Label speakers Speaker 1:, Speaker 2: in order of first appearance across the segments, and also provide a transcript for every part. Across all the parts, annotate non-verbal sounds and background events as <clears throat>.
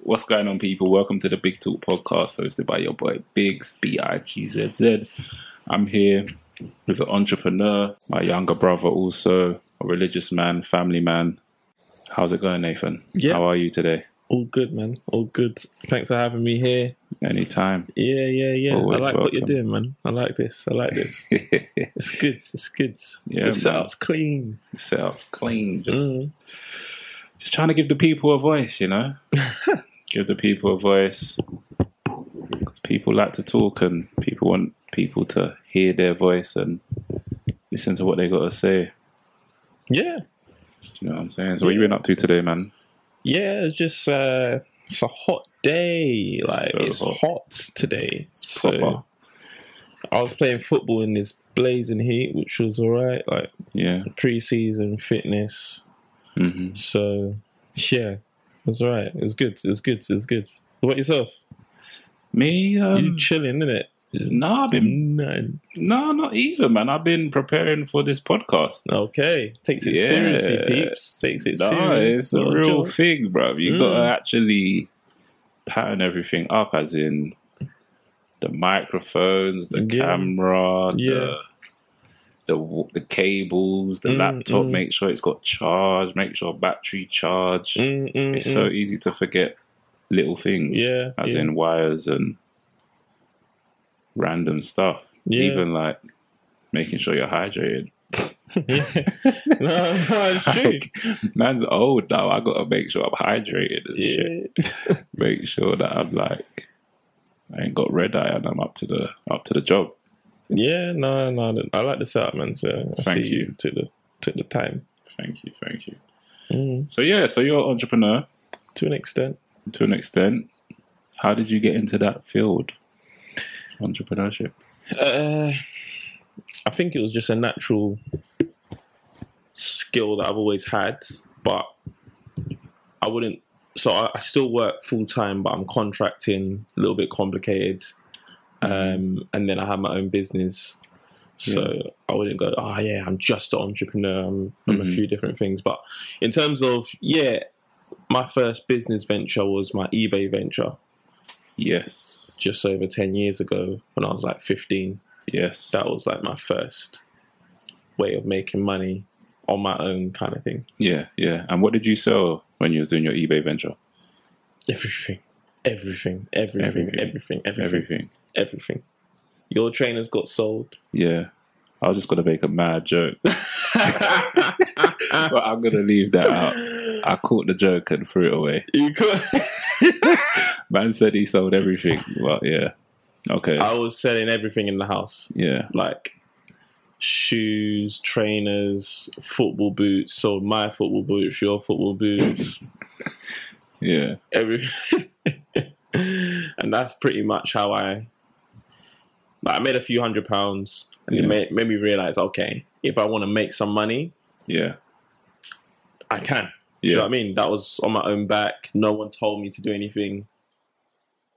Speaker 1: What's going on, people? Welcome to the Big Talk podcast hosted by your boy Biggs, B I G Z Z. I'm here with an entrepreneur, my younger brother, also a religious man, family man. How's it going, Nathan?
Speaker 2: Yeah.
Speaker 1: How are you today?
Speaker 2: All good, man. All good. Thanks for having me here.
Speaker 1: Anytime. <laughs>
Speaker 2: Yeah, yeah, yeah.
Speaker 1: Always
Speaker 2: I like what you're
Speaker 1: welcome.
Speaker 2: doing, man. I like this. I
Speaker 1: <laughs>
Speaker 2: like this. it's good. It's good.
Speaker 1: Yeah,
Speaker 2: the
Speaker 1: man.
Speaker 2: setup's clean.
Speaker 1: Sounds clean. Just,
Speaker 2: Mm.
Speaker 1: just trying to give the people a voice, you know? give the people a voice. 'Cause people like to talk and people want people to hear their voice and listen to what they got to say.
Speaker 2: Yeah,
Speaker 1: You know what I'm saying? So what you been up to today, man?
Speaker 2: yeah. It's just uh, it's a hot day. Like
Speaker 1: So
Speaker 2: it's
Speaker 1: hot.
Speaker 2: hot, today.
Speaker 1: Proper.
Speaker 2: So I was playing football in this blazing heat, which was alright. Like
Speaker 1: Yeah.
Speaker 2: pre-season fitness.
Speaker 1: hmm
Speaker 2: So yeah, it's alright. It's good. It's good. It's good. What about yourself?
Speaker 1: Me? Um,
Speaker 2: you chilling, isn't it?
Speaker 1: nah, I've been
Speaker 2: None.
Speaker 1: no, not even, man. I've been preparing for this podcast.
Speaker 2: Okay, takes it
Speaker 1: Yeah.
Speaker 2: seriously, peeps. Takes it
Speaker 1: No,
Speaker 2: seriously.
Speaker 1: it's a real thing, bruv. You gotta
Speaker 2: Mm.
Speaker 1: actually pattern everything up, as in the microphones, the
Speaker 2: Yeah.
Speaker 1: camera,
Speaker 2: Yeah.
Speaker 1: the, the w- the cables, the
Speaker 2: Mm,
Speaker 1: laptop.
Speaker 2: mm.
Speaker 1: Make sure it's got charge. Make sure battery charge.
Speaker 2: Mm,
Speaker 1: It's
Speaker 2: <laughs>
Speaker 1: so <laughs> easy to forget little things,
Speaker 2: Yeah,
Speaker 1: as
Speaker 2: yeah.
Speaker 1: in wires and random stuff.
Speaker 2: Yeah.
Speaker 1: Even like making sure you're hydrated. <laughs>
Speaker 2: no, <laughs> no, it's true.
Speaker 1: Like, man's old now. I gotta make sure I'm hydrated and shit.
Speaker 2: Yeah.
Speaker 1: Make sure that I'm like I ain't got red eye and I'm up to the up to the job.
Speaker 2: yeah, no, no. I like the setup, man. So I
Speaker 1: Thank
Speaker 2: see
Speaker 1: you.
Speaker 2: you. took the took the time
Speaker 1: Thank you, thank you.
Speaker 2: Mm,
Speaker 1: So yeah, so you're an entrepreneur
Speaker 2: to an extent.
Speaker 1: to an extent. How did you get into that field? Entrepreneurship.
Speaker 2: Uh, I think it was just a natural skill that I've always had, but I wouldn't. So I, I still work full time, but I'm contracting a little bit complicated, um, and then I have my own business. So I wouldn't go. Oh yeah, I'm just an entrepreneur. I'm, I'm a
Speaker 1: Mhm.
Speaker 2: few different things, but in terms of yeah, my first business venture was my eBay venture
Speaker 1: Yes.
Speaker 2: just over ten years ago when I was like 15
Speaker 1: Yes.
Speaker 2: that was like my first way of making money on my own kind of thing
Speaker 1: yeah, yeah. And what did you sell when you was doing your eBay venture?
Speaker 2: everything everything everything
Speaker 1: Everything.
Speaker 2: everything everything everything,
Speaker 1: Everything.
Speaker 2: your trainers got sold
Speaker 1: Yeah. I was just gonna make a mad
Speaker 2: <laughs>
Speaker 1: joke.
Speaker 2: you
Speaker 1: but I'm gonna leave that out. I caught the joke and threw it away.
Speaker 2: could
Speaker 1: Man said he sold everything. Well, yeah. Okay.
Speaker 2: <laughs> i was selling everything in the house
Speaker 1: yeah.
Speaker 2: like shoes trainers football boots sold my football boots your football boots
Speaker 1: Yeah.
Speaker 2: every <laughs> and that's pretty much how I like, I made a few hundred pounds and
Speaker 1: Yeah.
Speaker 2: it made, made me realize okay if I want to make some money
Speaker 1: Yeah.
Speaker 2: I can Do you know
Speaker 1: Yeah.
Speaker 2: what I mean that was on my own back no one told me to do anything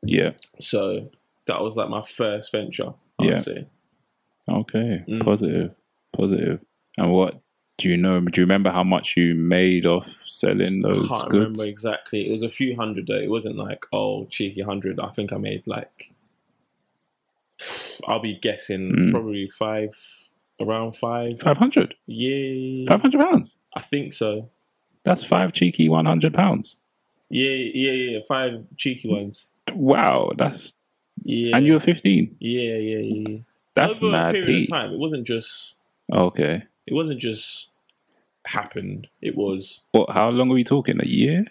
Speaker 1: Yeah.
Speaker 2: so that was like my first venture I
Speaker 1: Yeah.
Speaker 2: would say
Speaker 1: Okay.
Speaker 2: Mm.
Speaker 1: Positive. Positive. And what do you know? Do you remember how much you made off selling
Speaker 2: I
Speaker 1: those
Speaker 2: can't
Speaker 1: goods?
Speaker 2: remember exactly it was a few hundred though it wasn't like oh cheeky hundred I think I made like I'll be guessing
Speaker 1: Mm.
Speaker 2: probably five around five
Speaker 1: Five hundred.
Speaker 2: yeah
Speaker 1: Five hundred pounds.
Speaker 2: I think so.
Speaker 1: That's five cheeky one hundred pounds.
Speaker 2: Yeah, yeah, yeah. Five cheeky ones.
Speaker 1: Wow. That's
Speaker 2: Yeah.
Speaker 1: and you're fifteen.
Speaker 2: yeah, yeah, yeah, yeah.
Speaker 1: That's
Speaker 2: Over a
Speaker 1: mad,
Speaker 2: period of
Speaker 1: Pete.
Speaker 2: time, it wasn't just.
Speaker 1: Okay.
Speaker 2: It wasn't just happened. It was
Speaker 1: What? How long are we talking? A year?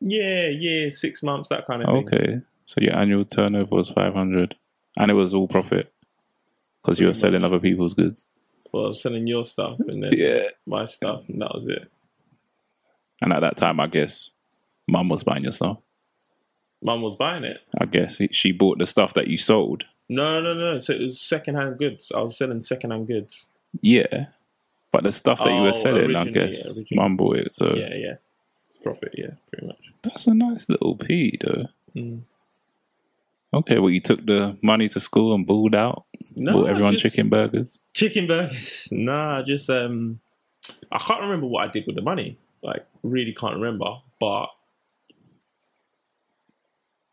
Speaker 2: yeah, yeah, six months, that kind of thing.
Speaker 1: Okay. So your annual turnover was 500 and it was all profit because you were
Speaker 2: Pretty
Speaker 1: selling other people's goods.
Speaker 2: Well, I was selling your stuff and then
Speaker 1: Yeah.
Speaker 2: my stuff, and that was it.
Speaker 1: And at that time, I guess mum was buying your stuff.
Speaker 2: Mum was buying it.
Speaker 1: I guess it- she bought the stuff that you sold.
Speaker 2: No, no, no. So it was secondhand goods. I was selling secondhand goods.
Speaker 1: Yeah. But the stuff that you
Speaker 2: Oh,
Speaker 1: were selling, I
Speaker 2: originally,
Speaker 1: guess
Speaker 2: yeah, originally.
Speaker 1: mum bought it. So
Speaker 2: Yeah, yeah. Profit, yeah, pretty much.
Speaker 1: that's a nice little P, though.
Speaker 2: Mm.
Speaker 1: Okay. Well, you took the money to school and balled out,
Speaker 2: No,
Speaker 1: bought everyone
Speaker 2: just-
Speaker 1: chicken burgers.
Speaker 2: chicken burgers. Nah, just um, I can't remember what I did with the money. Like, really can't remember. But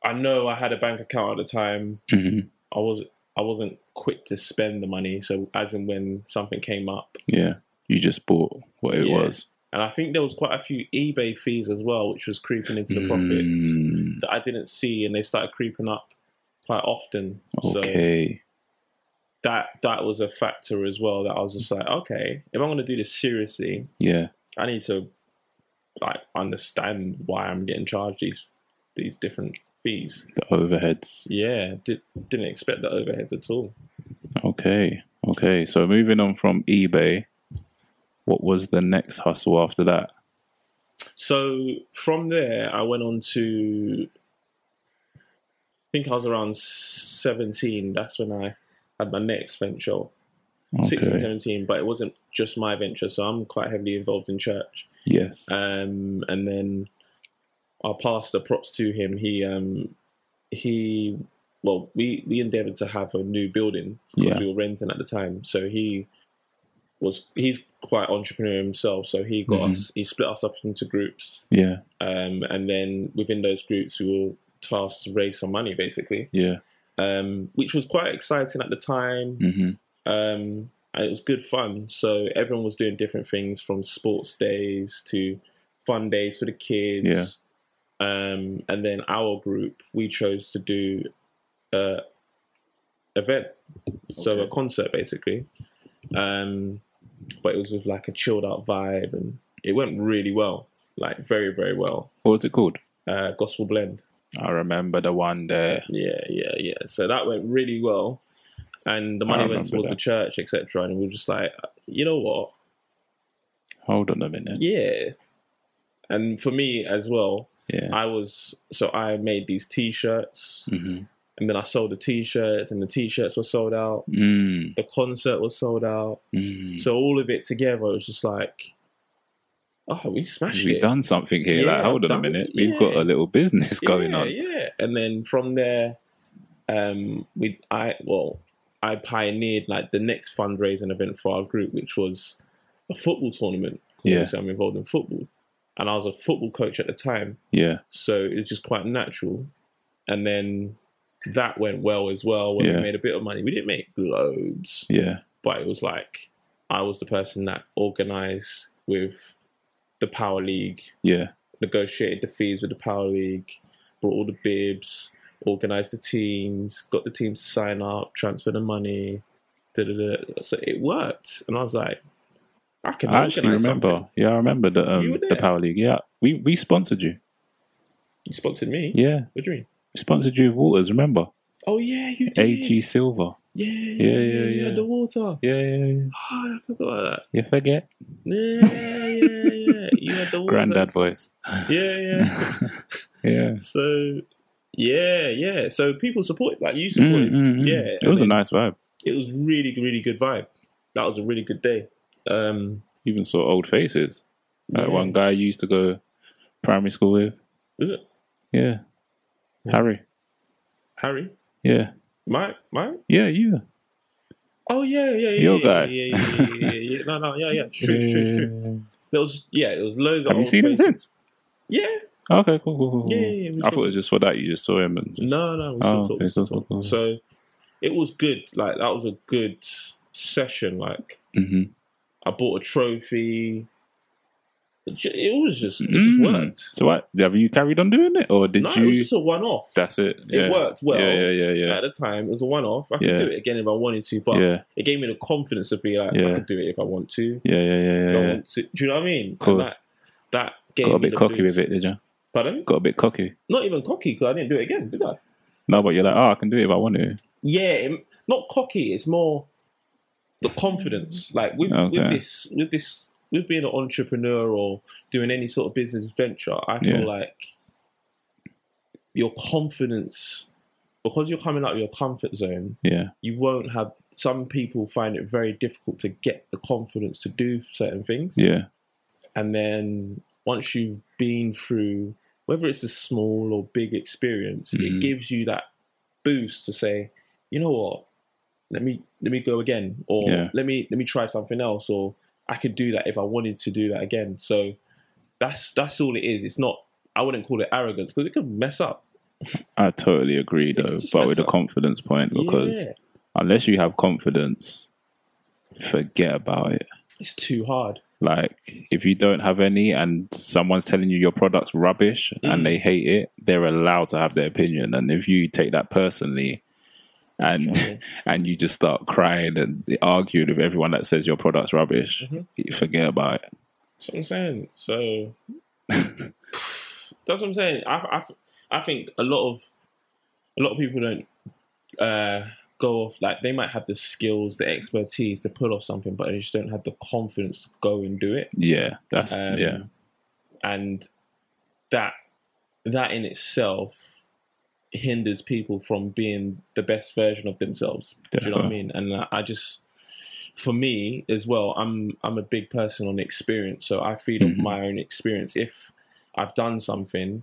Speaker 2: I know I had a bank account at the time.
Speaker 1: Mhm.
Speaker 2: I was I wasn't quick to spend the money. So as and when something came up,
Speaker 1: Yeah. You just bought what it
Speaker 2: Yeah.
Speaker 1: was.
Speaker 2: and I think there was quite a few eBay fees as well, which was creeping into the profits
Speaker 1: Mm,
Speaker 2: that I didn't see, and they started creeping up quite often. So
Speaker 1: okay.
Speaker 2: that that was a factor as well. That I was just like, okay, if I'm going to do this seriously,
Speaker 1: yeah.
Speaker 2: I need to like understand why I'm getting charged these these different fees.
Speaker 1: The overheads.
Speaker 2: Yeah, did, didn't expect the overheads at all.
Speaker 1: Okay. Okay. So moving on from eBay, what was the next hustle after that?
Speaker 2: So from there, I went on to. I think I was around 17. That's when I had my next venture. sixteen, seventeen.
Speaker 1: Okay.
Speaker 2: but it wasn't just my venture. So I'm quite heavily involved in church.
Speaker 1: Yes.
Speaker 2: Um, and then our pastor, props to him, he um, he well, we we endeavoured to have a new building because
Speaker 1: Yeah.
Speaker 2: we were renting at the time. So he was he's quite entrepreneurial himself. So he got
Speaker 1: Mhm.
Speaker 2: us he split us up into groups,
Speaker 1: yeah.
Speaker 2: um, and then within those groups we were tasked to raise some money basically,
Speaker 1: Yeah.
Speaker 2: um, which was quite exciting at the time
Speaker 1: hmm
Speaker 2: um, and it was good fun. So everyone was doing different things from sports days to fun days for the kids.
Speaker 1: Yeah.
Speaker 2: Um, and then our group, we chose to do a event, so a
Speaker 1: Okay.
Speaker 2: concert basically. Um, but it was with like a chilled out vibe, and it went really well, like very very well.
Speaker 1: What was it called?
Speaker 2: Uh, gospel blend.
Speaker 1: I remember the one there.
Speaker 2: Yeah, yeah, yeah. So that went really well, and the
Speaker 1: I
Speaker 2: money went
Speaker 1: remember
Speaker 2: towards the
Speaker 1: that.
Speaker 2: church, etc. And we were just like, you know what?
Speaker 1: Hold on a minute.
Speaker 2: Yeah, and for me as well,
Speaker 1: Yeah.
Speaker 2: I was so I made these T-shirts,
Speaker 1: hmm
Speaker 2: and then I sold the T-shirts, and the T-shirts were sold out.
Speaker 1: Mm,
Speaker 2: The concert was sold out.
Speaker 1: mm.
Speaker 2: So all of it together, it was just like, oh, we smashed
Speaker 1: We've
Speaker 2: it.
Speaker 1: done something here.
Speaker 2: Yeah,
Speaker 1: like, hold
Speaker 2: I've
Speaker 1: on a
Speaker 2: done-
Speaker 1: minute. We've got a
Speaker 2: yeah.
Speaker 1: little business <laughs> going
Speaker 2: yeah,
Speaker 1: on.
Speaker 2: Yeah, and then from there, um, we I well, I pioneered like the next fundraising event for our group, which was a football tournament. 'cause
Speaker 1: Yeah.
Speaker 2: obviously I'm involved in football, and I was a football coach at the time,
Speaker 1: Yeah.
Speaker 2: so it was just quite natural. And then that went well as well. When
Speaker 1: Yeah.
Speaker 2: we made a bit of money, we didn't make loads,
Speaker 1: Yeah.
Speaker 2: but it was like I was the person that organised with the Power League
Speaker 1: Yeah.
Speaker 2: negotiated the fees with the Power League, brought all the bibs, organised the teams, got the teams to sign up, transfer the money. Da, da, da. So it worked, and I was like, I can
Speaker 1: I actually
Speaker 2: organise
Speaker 1: remember.
Speaker 2: something.
Speaker 1: Yeah, I remember the
Speaker 2: You were
Speaker 1: um, the
Speaker 2: there.
Speaker 1: Power League. Yeah, we we sponsored you.
Speaker 2: You sponsored me.
Speaker 1: Yeah,
Speaker 2: What do you mean?
Speaker 1: we sponsored you with Waters. Remember
Speaker 2: Oh yeah, you did.
Speaker 1: AG Silver.
Speaker 2: Yeah,
Speaker 1: Yeah, yeah, yeah.
Speaker 2: The water.
Speaker 1: Yeah, yeah, yeah.
Speaker 2: Oh, I forgot about that.
Speaker 1: You forget
Speaker 2: Yeah, yeah, yeah. You had the water.
Speaker 1: granddad voice.
Speaker 2: Yeah,
Speaker 1: <laughs>
Speaker 2: yeah.
Speaker 1: Yeah.
Speaker 2: So. Yeah, yeah. So people supported, like you
Speaker 1: Mm,
Speaker 2: supported.
Speaker 1: mm, mm.
Speaker 2: Yeah,
Speaker 1: it was
Speaker 2: and
Speaker 1: a nice vibe.
Speaker 2: it was really really good vibe that was a really good day um
Speaker 1: Even saw old faces. Like
Speaker 2: yeah.
Speaker 1: one guy you used to go primary school with.
Speaker 2: is it
Speaker 1: Yeah, Harry.
Speaker 2: harry
Speaker 1: Yeah,
Speaker 2: mike mike
Speaker 1: yeah, you.
Speaker 2: oh yeah yeah yeah
Speaker 1: Your
Speaker 2: yeah,
Speaker 1: guy.
Speaker 2: yeah yeah, yeah, yeah, yeah. no no
Speaker 1: <laughs>
Speaker 2: yeah yeah it's true it's true it's true there was yeah there was loads of
Speaker 1: Have you
Speaker 2: old
Speaker 1: seen him
Speaker 2: faces.
Speaker 1: since?
Speaker 2: yeah
Speaker 1: Okay, cool, cool, cool. cool.
Speaker 2: yeah, yeah, yeah we
Speaker 1: I
Speaker 2: still-
Speaker 1: thought it was just for that. You just saw him and just,
Speaker 2: no no we
Speaker 1: Oh,
Speaker 2: still
Speaker 1: okay,
Speaker 2: talk, we still
Speaker 1: cool,
Speaker 2: talk.
Speaker 1: cool, cool.
Speaker 2: so it was good like that was a good session like
Speaker 1: Mhm.
Speaker 2: i bought a trophy it ju- it was just it just
Speaker 1: Mm.
Speaker 2: worked
Speaker 1: So what? Have you carried on doing it, or did
Speaker 2: no
Speaker 1: you?
Speaker 2: it was just a one-off
Speaker 1: That's it.
Speaker 2: It worked well. Uh,
Speaker 1: Yeah, yeah, yeah,
Speaker 2: at the time it was a one-off i
Speaker 1: Yeah.
Speaker 2: could do it again if i wanted to
Speaker 1: yeah,
Speaker 2: but
Speaker 1: yeah,
Speaker 2: it gave me the confidence to be like,
Speaker 1: Yeah.
Speaker 2: I could do it if I want to.
Speaker 1: yeah, yeah, yeah.
Speaker 2: If
Speaker 1: yeah,
Speaker 2: I
Speaker 1: yeah.
Speaker 2: want to. Do you know what I mean? And
Speaker 1: course.
Speaker 2: That, that gave
Speaker 1: Got a
Speaker 2: me
Speaker 1: bit
Speaker 2: the
Speaker 1: cocky
Speaker 2: boost.
Speaker 1: with it, did you?
Speaker 2: Pardon?
Speaker 1: Got a bit cocky.
Speaker 2: Not even cocky because I didn't do it again, did I?
Speaker 1: No, but you're like, oh, I can do it if I want to.
Speaker 2: Yeah, it- not cocky. It's more the confidence. Like with
Speaker 1: Okay.
Speaker 2: with this with this with being an entrepreneur or doing any sort of business venture, I feel
Speaker 1: Yeah.
Speaker 2: like your confidence because you're coming out of your comfort zone,
Speaker 1: Yeah,
Speaker 2: you won't have. Some people find it very difficult to get the confidence to do certain things.
Speaker 1: yeah,
Speaker 2: and then once you've been through whether it's a small or big experience
Speaker 1: Mhm.
Speaker 2: it gives you that boost to say you know what let me let me go again or
Speaker 1: Yeah.
Speaker 2: let me let me try something else or i could do that if i wanted to do that again so that's that's all it is it's not i wouldn't call it arrogance because it could mess up
Speaker 1: I totally agree though,
Speaker 2: just
Speaker 1: but
Speaker 2: mess
Speaker 1: with a
Speaker 2: up.
Speaker 1: confidence point because
Speaker 2: Yeah.
Speaker 1: unless you have confidence, forget about it.
Speaker 2: It's too hard.
Speaker 1: Like if you don't have any and someone's telling you your product's rubbish
Speaker 2: Mm.
Speaker 1: and they hate it, they're allowed to have their opinion. And if you take that personally and <laughs> and you just start crying and arguing with everyone that says your product's rubbish,
Speaker 2: Mm-hmm.
Speaker 1: you forget about it.
Speaker 2: That's what I'm saying. So <laughs> that's what I'm saying. I, I, I think a lot of a lot of people don't uh, go off like they might have the skills, the expertise to pull off something, but they just don't have the confidence to go and do it.
Speaker 1: Yeah, that's
Speaker 2: Um,
Speaker 1: yeah.
Speaker 2: and that that in itself hinders people from being the best version of themselves. Do you know what I
Speaker 1: Definitely.
Speaker 2: mean? And I- I just, for me as well, I'm I'm a big person on experience, so I feed off
Speaker 1: Mhm.
Speaker 2: my own experience. If I've done something,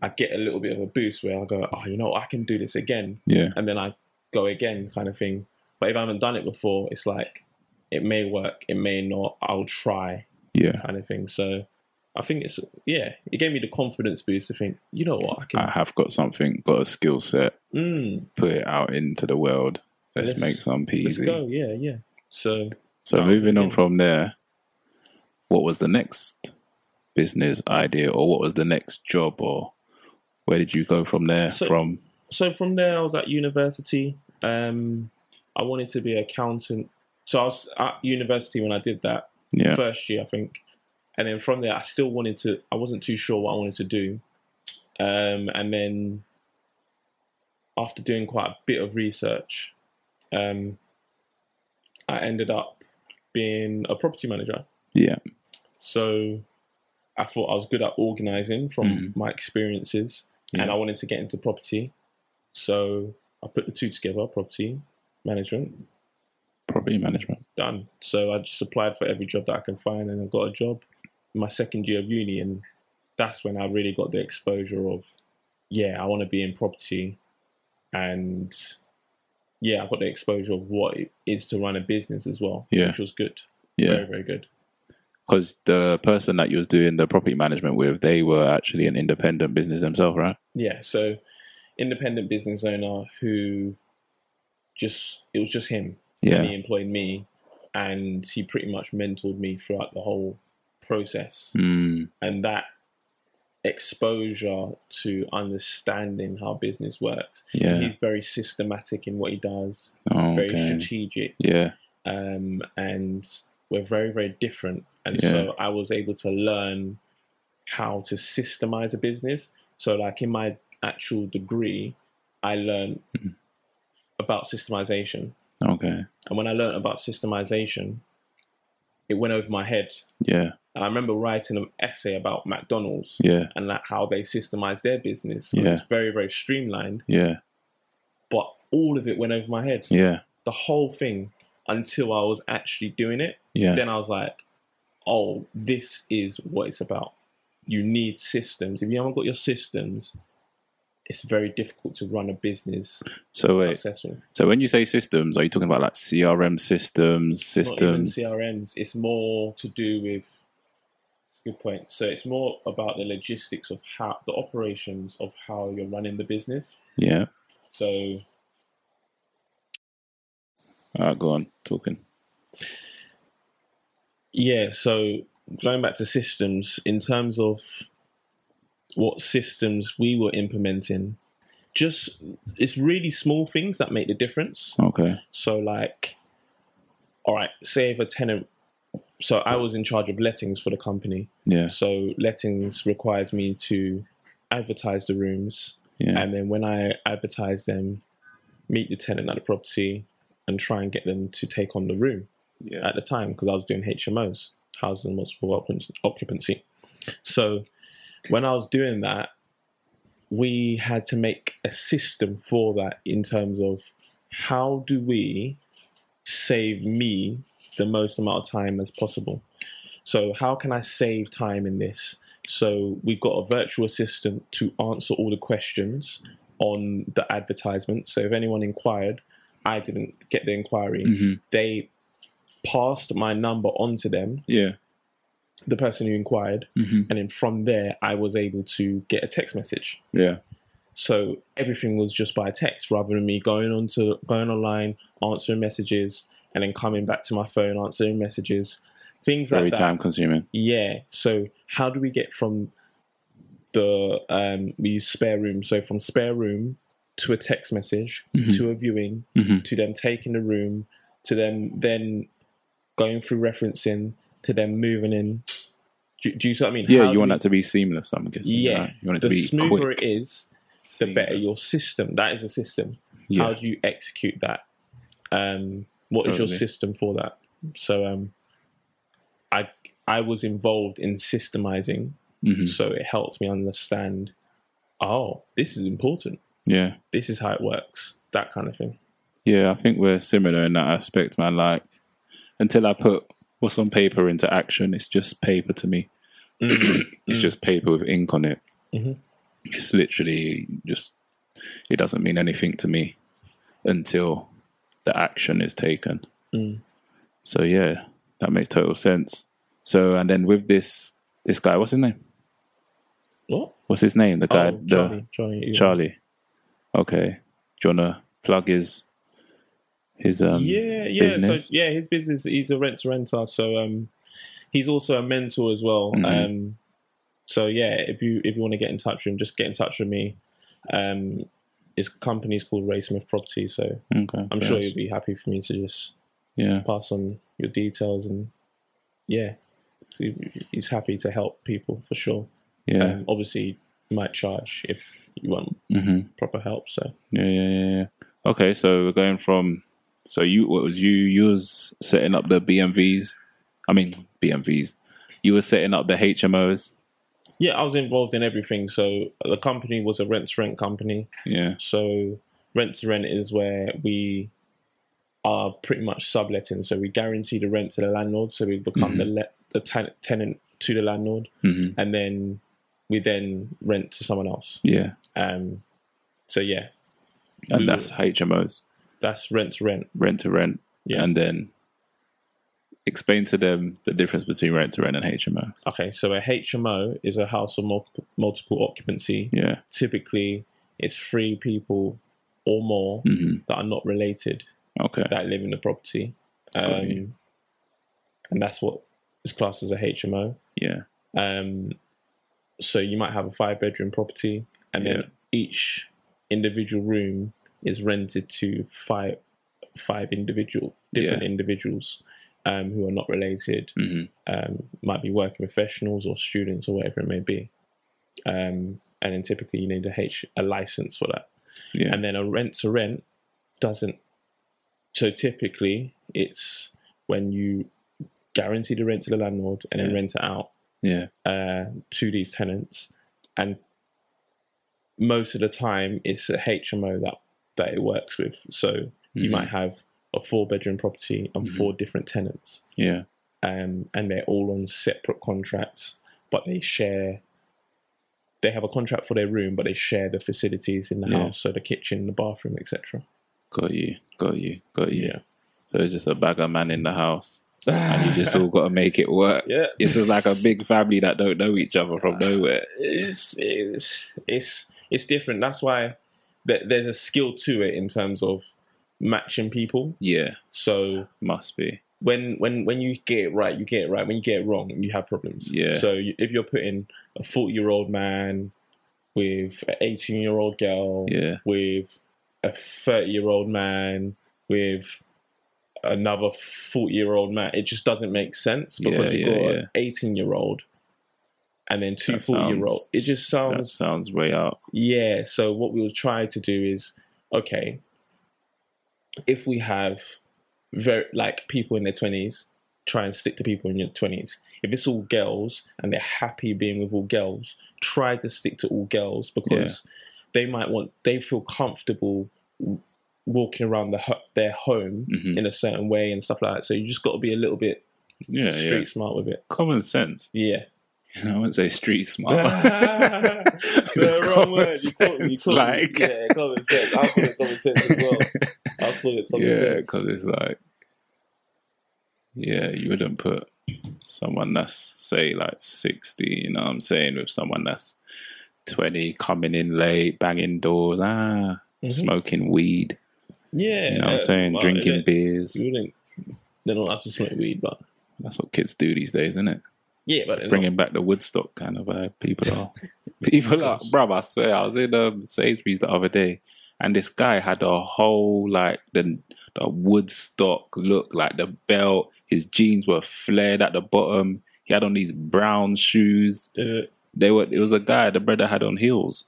Speaker 2: I get a little bit of a boost where I go, oh, you know, I can do this again,
Speaker 1: Yeah.
Speaker 2: and then I go again, kind of thing. But if I haven't done it before, it's like it may work, it may not. I'll try
Speaker 1: Yeah.
Speaker 2: kind of thing. So I think it's yeah, it gave me the confidence boost to think, you know what, I can.
Speaker 1: I have got something, got a skill set,
Speaker 2: mm,
Speaker 1: put it out into the world. Let's,
Speaker 2: Let's-
Speaker 1: make some
Speaker 2: let's
Speaker 1: peasy.
Speaker 2: go, yeah, yeah. So
Speaker 1: So
Speaker 2: No,
Speaker 1: moving on
Speaker 2: yeah.
Speaker 1: from there, what was the next business idea, or what was the next job, or where did you go from there?
Speaker 2: So-
Speaker 1: from
Speaker 2: so from there, I was at university. Um, I wanted to be an accountant. So I was at university when I did that
Speaker 1: yeah,
Speaker 2: first year, I think. And then from there, I still wanted to. I wasn't too sure what I wanted to do. Um, and then after doing quite a bit of research, um, I ended up being a property manager.
Speaker 1: yeah,
Speaker 2: So I thought I was good at organizing from my experiences and
Speaker 1: Hmm. Yeah.
Speaker 2: I wanted to get into property. So I put the two together property management,
Speaker 1: property management.
Speaker 2: done. So I just applied for every job that I can find and I got a job in my second year of uni. And that's when I really got the exposure of, yeah, I want to be in property. And yeah, I got the exposure of what it is to run a business as well,
Speaker 1: Yeah.
Speaker 2: which was good.
Speaker 1: Yeah,
Speaker 2: Very, very good.
Speaker 1: because the person that you was doing the property management with, they were actually an independent business themselves, right?
Speaker 2: yeah so independent business owner who just it was just him
Speaker 1: Yeah.
Speaker 2: and he employed me and he pretty much mentored me throughout the whole process
Speaker 1: Mm,
Speaker 2: and that exposure to understanding how business works
Speaker 1: yeah.
Speaker 2: he's very systematic in what he does
Speaker 1: Oh,
Speaker 2: very
Speaker 1: okay.
Speaker 2: strategic
Speaker 1: Yeah.
Speaker 2: um, and we're very very different and
Speaker 1: Yeah.
Speaker 2: so i was able to learn how to systemize a business so like in my actual degree i learned
Speaker 1: Mm-hmm.
Speaker 2: about systemization
Speaker 1: Okay.
Speaker 2: and when i learned about systemization it went over my head
Speaker 1: Yeah.
Speaker 2: and i remember writing an essay about mcdonald's
Speaker 1: Yeah.
Speaker 2: and like how they systemize their business so
Speaker 1: Yeah.
Speaker 2: it's very very streamlined
Speaker 1: Yeah.
Speaker 2: but all of it went over my head
Speaker 1: Yeah.
Speaker 2: the whole thing until i was actually doing it
Speaker 1: Yeah.
Speaker 2: then I was like, oh, this is what it's about. You need systems. If you haven't got your systems, it's very difficult to run a business
Speaker 1: So wait.
Speaker 2: successful.
Speaker 1: So when you say systems, are you talking about like CRM systems, systems?
Speaker 2: Not even CRMs. It's more to do with. It's a good point. So it's more about the logistics of how the operations of how you're running the business.
Speaker 1: Yeah.
Speaker 2: So
Speaker 1: All right, go on talking.
Speaker 2: Yeah, so going back to systems, in terms of what systems we were implementing, just it's really small things that make the difference.
Speaker 1: Okay.
Speaker 2: So, like, all right, say if a tenant, so I was in charge of lettings for the company.
Speaker 1: Yeah.
Speaker 2: So, lettings requires me to advertise the rooms,
Speaker 1: Yeah.
Speaker 2: and then when I advertise them, meet the tenant at the property and try and get them to take on the room
Speaker 1: yeah.
Speaker 2: at the time because I was doing HMOs, housing and multiple occupancy- occupancy. So when I was doing that, we had to make a system for that in terms of how do we save me the most amount of time as possible. So how can I save time in this? So we've got a virtual assistant to answer all the questions on the advertisement. So if anyone inquired, I didn't get the inquiry.
Speaker 1: Mhm.
Speaker 2: They passed my number on to them,
Speaker 1: Yeah.
Speaker 2: the person who inquired,
Speaker 1: Mhm.
Speaker 2: and then from there I was able to get a text message.
Speaker 1: Yeah.
Speaker 2: So everything was just by text rather than me going on to going online, answering messages, and then coming back to my phone, answering messages, things
Speaker 1: Very
Speaker 2: like that.
Speaker 1: time consuming.
Speaker 2: Yeah. So how do we get from the um we use spare room. So from spare room to a text message
Speaker 1: Mhm.
Speaker 2: to a viewing
Speaker 1: Mhm.
Speaker 2: to them taking the room to them then going through referencing to them moving in. Do, do you see what I mean?
Speaker 1: Yeah,
Speaker 2: How
Speaker 1: you
Speaker 2: do
Speaker 1: want
Speaker 2: we-
Speaker 1: that to be seamless. I'm guessing.
Speaker 2: Yeah.
Speaker 1: right? you want it to
Speaker 2: the
Speaker 1: be
Speaker 2: smoother
Speaker 1: quick.
Speaker 2: it is, the better your system. That is a system.
Speaker 1: Yeah.
Speaker 2: How do you execute that? Um, what is
Speaker 1: Totally.
Speaker 2: your system for that? So um, I I was involved in systemizing,
Speaker 1: Mhm.
Speaker 2: so it helped me understand. Oh, this is important.
Speaker 1: Yeah.
Speaker 2: This is how it works. That kind of thing.
Speaker 1: Yeah, I think we're similar in that aspect, man. Like, until I put what's on paper into action, it's just paper to me. <clears throat>
Speaker 2: Mm,
Speaker 1: it's just paper with ink on it.
Speaker 2: Mhm.
Speaker 1: It's literally just, it doesn't mean anything to me until the action is taken.
Speaker 2: Mm.
Speaker 1: So, yeah, that makes total sense. So, and then with this, this guy, what's his name?
Speaker 2: What?
Speaker 1: What's his name? The guy,
Speaker 2: oh,
Speaker 1: the
Speaker 2: Charlie, Charlie, yeah.
Speaker 1: Charlie. Okay. Do you want to plug his, his, um,
Speaker 2: yeah, yeah.
Speaker 1: business?
Speaker 2: So yeah, his business. He's a rent to renter. So um, he's also a mentor as well.
Speaker 1: Mm-hmm.
Speaker 2: Um, so yeah, if you if you want to get in touch with him, just get in touch with me. Um, his company's called Raysmith Property. So
Speaker 1: Okay,
Speaker 2: I'm
Speaker 1: fair
Speaker 2: sure
Speaker 1: enough.
Speaker 2: you'll be happy for me to just
Speaker 1: Yeah,
Speaker 2: pass on your details and yeah, he- he's happy to help people for sure.
Speaker 1: yeah,
Speaker 2: Um, obviously, he might charge if you want
Speaker 1: Mm-hmm.
Speaker 2: proper help. So
Speaker 1: yeah, yeah, yeah, yeah. Okay, so we're going from. So you, what was you? You was setting up the BMVs. I mean BMVs. You were setting up the HMOs.
Speaker 2: yeah, I was involved in everything. So the company was a rent to rent company.
Speaker 1: Yeah.
Speaker 2: So rent to rent is where we are pretty much subletting. So we guarantee the rent to the landlord. So we become
Speaker 1: Mm-hmm.
Speaker 2: the le- the ten- tenant to the landlord,
Speaker 1: hmm
Speaker 2: and then we then rent to someone else.
Speaker 1: Yeah,
Speaker 2: Um, so yeah,
Speaker 1: and
Speaker 2: We
Speaker 1: that's HMOs,
Speaker 2: that's rent to rent.
Speaker 1: rent to rent,
Speaker 2: Yeah.
Speaker 1: and then explain to them the difference between rent to rent and HMO.
Speaker 2: Okay, so a HMO is a house of mul- multiple occupancy.
Speaker 1: Yeah.
Speaker 2: Typically, it's three people or more
Speaker 1: Mhm.
Speaker 2: that are not related
Speaker 1: Okay.
Speaker 2: that live in the property,
Speaker 1: Got you.
Speaker 2: um, and that's what is classed as a HMO.
Speaker 1: yeah.
Speaker 2: Um, so you might have a five bedroom property, and
Speaker 1: Yeah.
Speaker 2: then each individual room is rented to five five individual different
Speaker 1: Yeah.
Speaker 2: individuals um, who are not related.
Speaker 1: Mhm.
Speaker 2: Um, might be working professionals or students or whatever it may be. Um, and then typically you need a H a license for that
Speaker 1: Yeah.
Speaker 2: and then a rent to rent doesn't. So typically, it's when you guarantee the rent to the landlord and
Speaker 1: Yeah.
Speaker 2: then rent it out
Speaker 1: yeah.
Speaker 2: uh, to these tenants, and most of the time, it's a HMO that that it works with. So you
Speaker 1: Mhm.
Speaker 2: might have a four bedroom property
Speaker 1: Mm-hmm.
Speaker 2: and four different tenants,
Speaker 1: Yeah.
Speaker 2: um, and they're all on separate contracts, but they share. They have a contract for their room, but they share the facilities in the
Speaker 1: Yeah.
Speaker 2: house, so the kitchen, the bathroom, etc.
Speaker 1: Got you. Got you. Got you. So it's just a bag of man in the house. and you
Speaker 2: <laughs>
Speaker 1: just all got to make it work.
Speaker 2: Yeah.
Speaker 1: This is like a big family that don't know each other from nowhere.
Speaker 2: it's, it's it's it's different. That's why th- there's a skill to it in terms of matching people.
Speaker 1: Yeah,
Speaker 2: So
Speaker 1: must be.
Speaker 2: when when when you get it right, you get it right. When you get it wrong, you have problems.
Speaker 1: Yeah.
Speaker 2: So you, if you're putting a 40 year old man with an 18 year old girl,
Speaker 1: Yeah,
Speaker 2: with a 30 year old man, with another 40 year old man. It just doesn't make sense because
Speaker 1: Yeah,
Speaker 2: you've
Speaker 1: yeah,
Speaker 2: got
Speaker 1: yeah.
Speaker 2: an 18 year old and then two
Speaker 1: That
Speaker 2: 40 year old.
Speaker 1: sounds-
Speaker 2: It just
Speaker 1: that
Speaker 2: sounds,
Speaker 1: sounds way out.
Speaker 2: yeah. So, what we'll try to do is okay, if we have very like people in their 20s, try and stick to people in your 20s. If it's all girls and they're happy being with all girls, try to stick to all girls because they might want they feel comfortable w- walking around the, ho- their home
Speaker 1: Mhm.
Speaker 2: in a certain way and stuff like that. So you just got to be a little bit
Speaker 1: Yeah,
Speaker 2: street
Speaker 1: yeah.
Speaker 2: smart with it.
Speaker 1: Common sense. <laughs>
Speaker 2: Yeah.
Speaker 1: I wouldn't say street smart.
Speaker 2: <laughs>
Speaker 1: <laughs>
Speaker 2: the
Speaker 1: common
Speaker 2: wrong word. You caught me, you
Speaker 1: sense,
Speaker 2: caught me.
Speaker 1: like.
Speaker 2: Yeah, common sense. I'll call it common sense as well. I'll call it common
Speaker 1: yeah,
Speaker 2: sense.
Speaker 1: because it's like, yeah, you wouldn't put someone that's say like sixty. You know what I'm saying with someone that's twenty, coming in late, banging doors, ah, smoking weed.
Speaker 2: Mm-hmm. Yeah, uh,
Speaker 1: You know what I'm saying?
Speaker 2: but
Speaker 1: Drinking
Speaker 2: they-
Speaker 1: beers.
Speaker 2: You wouldn't. They don't have to smoke weed, but
Speaker 1: That's what kids do these days, isn't it?
Speaker 2: yeah, but they're
Speaker 1: Bringing back the Woodstock kind of vibe. People
Speaker 2: <laughs>
Speaker 1: are, people are, bruv, I swear, I was in um, Sainsbury's the other day and this guy had a whole, like, the, the Woodstock look, like the belt. His jeans were flared at the bottom. He had on these brown shoes.
Speaker 2: not, uh,
Speaker 1: They were, it was a guy, the brother had on heels.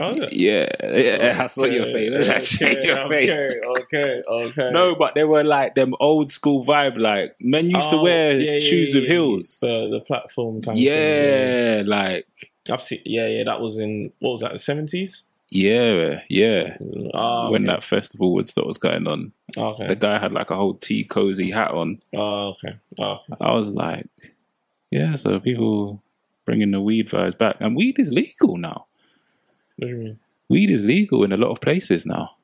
Speaker 2: oh, yeah. Oh,
Speaker 1: Yeah, yeah, <laughs> I saw your face. I changed
Speaker 2: Okay,
Speaker 1: your face.
Speaker 2: Okay, okay, okay.
Speaker 1: No, but they were like them old school vibe. Like men used to
Speaker 2: Oh,
Speaker 1: wear
Speaker 2: yeah, yeah,
Speaker 1: shoes
Speaker 2: yeah,
Speaker 1: with
Speaker 2: yeah.
Speaker 1: heels.
Speaker 2: The the platform kind of thing,
Speaker 1: Yeah, like
Speaker 2: I've seen. Yeah, yeah, that was in what was that? The seventies.
Speaker 1: yeah, yeah.
Speaker 2: Oh,
Speaker 1: when
Speaker 2: okay. Ah,
Speaker 1: that festival Woodstock was going on, the
Speaker 2: Okay.
Speaker 1: guy had like a whole tea cozy hat on.
Speaker 2: Oh, okay. Oh,
Speaker 1: I was like, yeah. So people bringing the weed vibes back, and weed is legal now.
Speaker 2: what do you mean?
Speaker 1: Weed is legal in a lot of places now.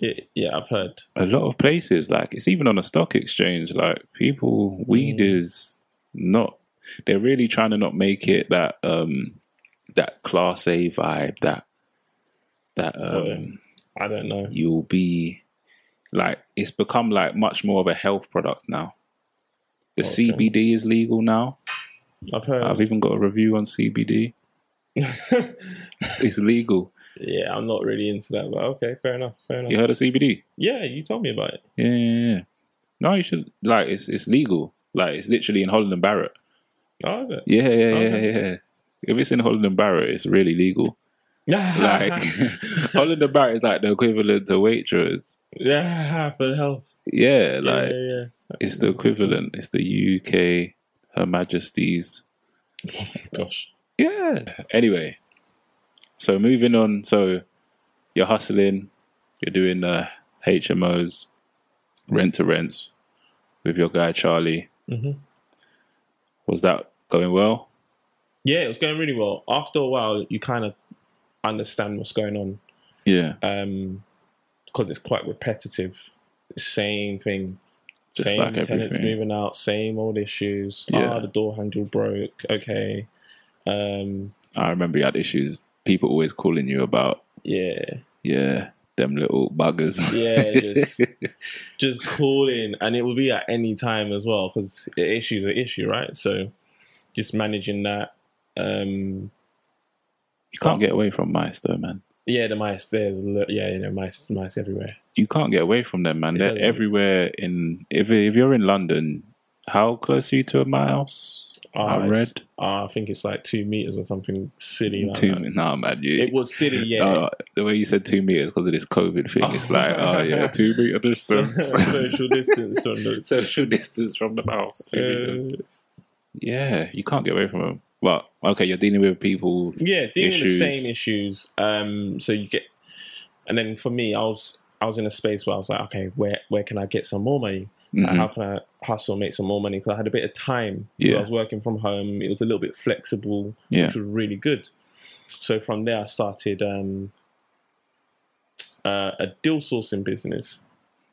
Speaker 2: Yeah, yeah, I've heard.
Speaker 1: A lot of places, like it's even on a stock exchange. Like people, weed is not. They're really trying to not make it that um that class A vibe. That that um.
Speaker 2: I don't know.
Speaker 1: you'll be like it's become like much more of a health product now. The
Speaker 2: Okay.
Speaker 1: CBD is legal now.
Speaker 2: I've heard.
Speaker 1: I've even got a review on
Speaker 2: <laughs>
Speaker 1: CBD. it's legal.
Speaker 2: yeah, I'm not really into that, but okay, fair enough. Fair enough.
Speaker 1: You heard of CBD?
Speaker 2: Yeah, you told me about it.
Speaker 1: Yeah, yeah, yeah. No, you should like it's it's legal. Like it's literally in Holland and Barrett.
Speaker 2: Oh, is it?
Speaker 1: Yeah, yeah, yeah,
Speaker 2: Okay.
Speaker 1: yeah. If it's in Holland and Barrett, it's really legal.
Speaker 2: <laughs>
Speaker 1: Like <laughs> Holland and Barrett is like the equivalent to Waitrose.
Speaker 2: yeah, for health.
Speaker 1: Yeah,
Speaker 2: Yeah,
Speaker 1: like
Speaker 2: yeah,
Speaker 1: it's the equivalent. It's the UK Her Majesty's
Speaker 2: yeah. Gosh.
Speaker 1: Yeah. Anyway, so moving on. So you're hustling, you're doing the HMOs, rent to rents with your guy Charlie.
Speaker 2: Mhm.
Speaker 1: Was that going well?
Speaker 2: Yeah, it was going really well. After a while, you kind of understand what's going on
Speaker 1: Yeah.
Speaker 2: um because it's quite repetitive same thing
Speaker 1: Just
Speaker 2: same
Speaker 1: like
Speaker 2: tenants
Speaker 1: everything.
Speaker 2: moving out same old issues
Speaker 1: Yeah.
Speaker 2: ah the door handle broke okay um
Speaker 1: I remember you had issues. People always calling you about,
Speaker 2: yeah
Speaker 1: yeah, them little buggers. <laughs>
Speaker 2: yeah just just calling and it will be at any time as well because issues are issue right so just managing that um
Speaker 1: you can't get away from mice though, man.
Speaker 2: yeah the mice there's a lo- yeah you know mice mice everywhere
Speaker 1: You can't get away from them, man.
Speaker 2: It
Speaker 1: They're
Speaker 2: doesn't-
Speaker 1: everywhere in if if you're in London, how close are you to a mouse? I
Speaker 2: Ah, it's-
Speaker 1: read.
Speaker 2: ah, I think it's like two meters or something silly like
Speaker 1: Two
Speaker 2: that.
Speaker 1: nah man, you,
Speaker 2: it was silly yeah <laughs>
Speaker 1: Uh, the way you said two meters because of this COVID thing, it's <laughs> like, oh yeah, two meter <laughs> distance,
Speaker 2: <laughs> social distance from the
Speaker 1: social distance from the mouse. <laughs> Two meters.
Speaker 2: uh,
Speaker 1: Yeah, you can't get away from them. But okay, you're dealing with people.
Speaker 2: yeah dealing
Speaker 1: Issues.
Speaker 2: with the same issues um so you get and then for me i was i was in a space where i was like okay where where can i get some more money Like,
Speaker 1: Mhm.
Speaker 2: how can i hustle and make some more money because i had a bit of time
Speaker 1: Yeah.
Speaker 2: i was working from home it was a little bit flexible
Speaker 1: Yeah,
Speaker 2: which was really good so from there i started um uh, a deal sourcing business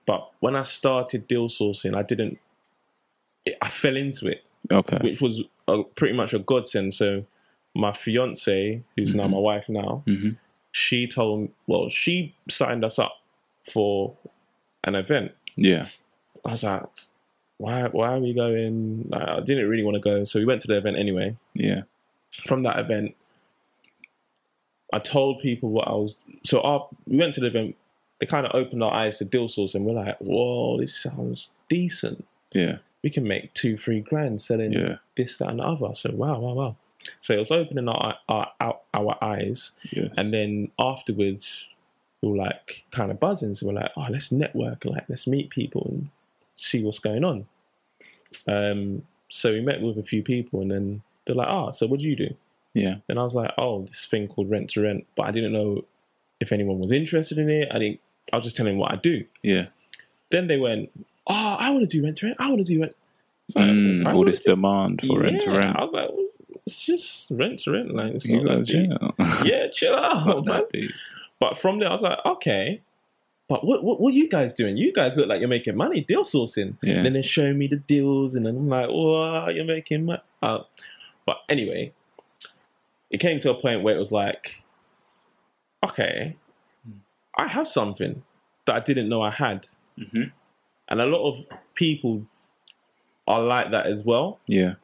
Speaker 2: but when i started deal sourcing i didn't it, i fell into it
Speaker 1: okay.
Speaker 2: which was a, pretty much a godsend. So my fiance, who's
Speaker 1: Mm-hmm.
Speaker 2: now my wife now,
Speaker 1: Mhm.
Speaker 2: she told well, she signed us up for an event.
Speaker 1: Yeah,
Speaker 2: I was like, why why are we going? Like, I didn't really want to go, so we went to the event anyway.
Speaker 1: yeah,
Speaker 2: From that event, I told people what I was. So our, we went to the event. They kind of opened our eyes to deal source, and we're like, "Whoa, this sounds decent."
Speaker 1: yeah,
Speaker 2: we can make two, three grand selling
Speaker 1: Yeah.
Speaker 2: this, that, and the other. So wow, wow, wow. So it was opening our our our, our eyes,
Speaker 1: yes.
Speaker 2: and then afterwards, we were like kind of buzzing. So we're like, oh, let's network, like let's meet people and see what's going on. Um, so we met with a few people, and then they're like, oh, so what do you do?
Speaker 1: yeah,
Speaker 2: And I was like, oh, this thing called rent to rent, but I didn't know if anyone was interested in it. I didn't. I was just telling them what I do.
Speaker 1: yeah.
Speaker 2: Then they went, oh, I want to do rent to rent. I want to do rent. It's like,
Speaker 1: Mm,
Speaker 2: I
Speaker 1: all
Speaker 2: wanna
Speaker 1: this
Speaker 2: do-
Speaker 1: demand for rent to
Speaker 2: Yeah,
Speaker 1: rent.
Speaker 2: I was like, "Well, it's just rent to rent. Like, it's
Speaker 1: You
Speaker 2: not
Speaker 1: gotta
Speaker 2: that deep."
Speaker 1: chill.
Speaker 2: Yeah, chill
Speaker 1: <laughs> It's
Speaker 2: out,
Speaker 1: not
Speaker 2: man.
Speaker 1: that deep.
Speaker 2: But from there, I was like, okay. But what, what what you guys doing? You guys look like you're making money deal sourcing.
Speaker 1: Yeah.
Speaker 2: And then they're showing me the deals, and then I'm like, wow, you're making money. Uh, but anyway, it came to a point where it was like, okay, I have something that I didn't know I had.
Speaker 1: Mhm.
Speaker 2: And a lot of people are like that as well.
Speaker 1: Yeah.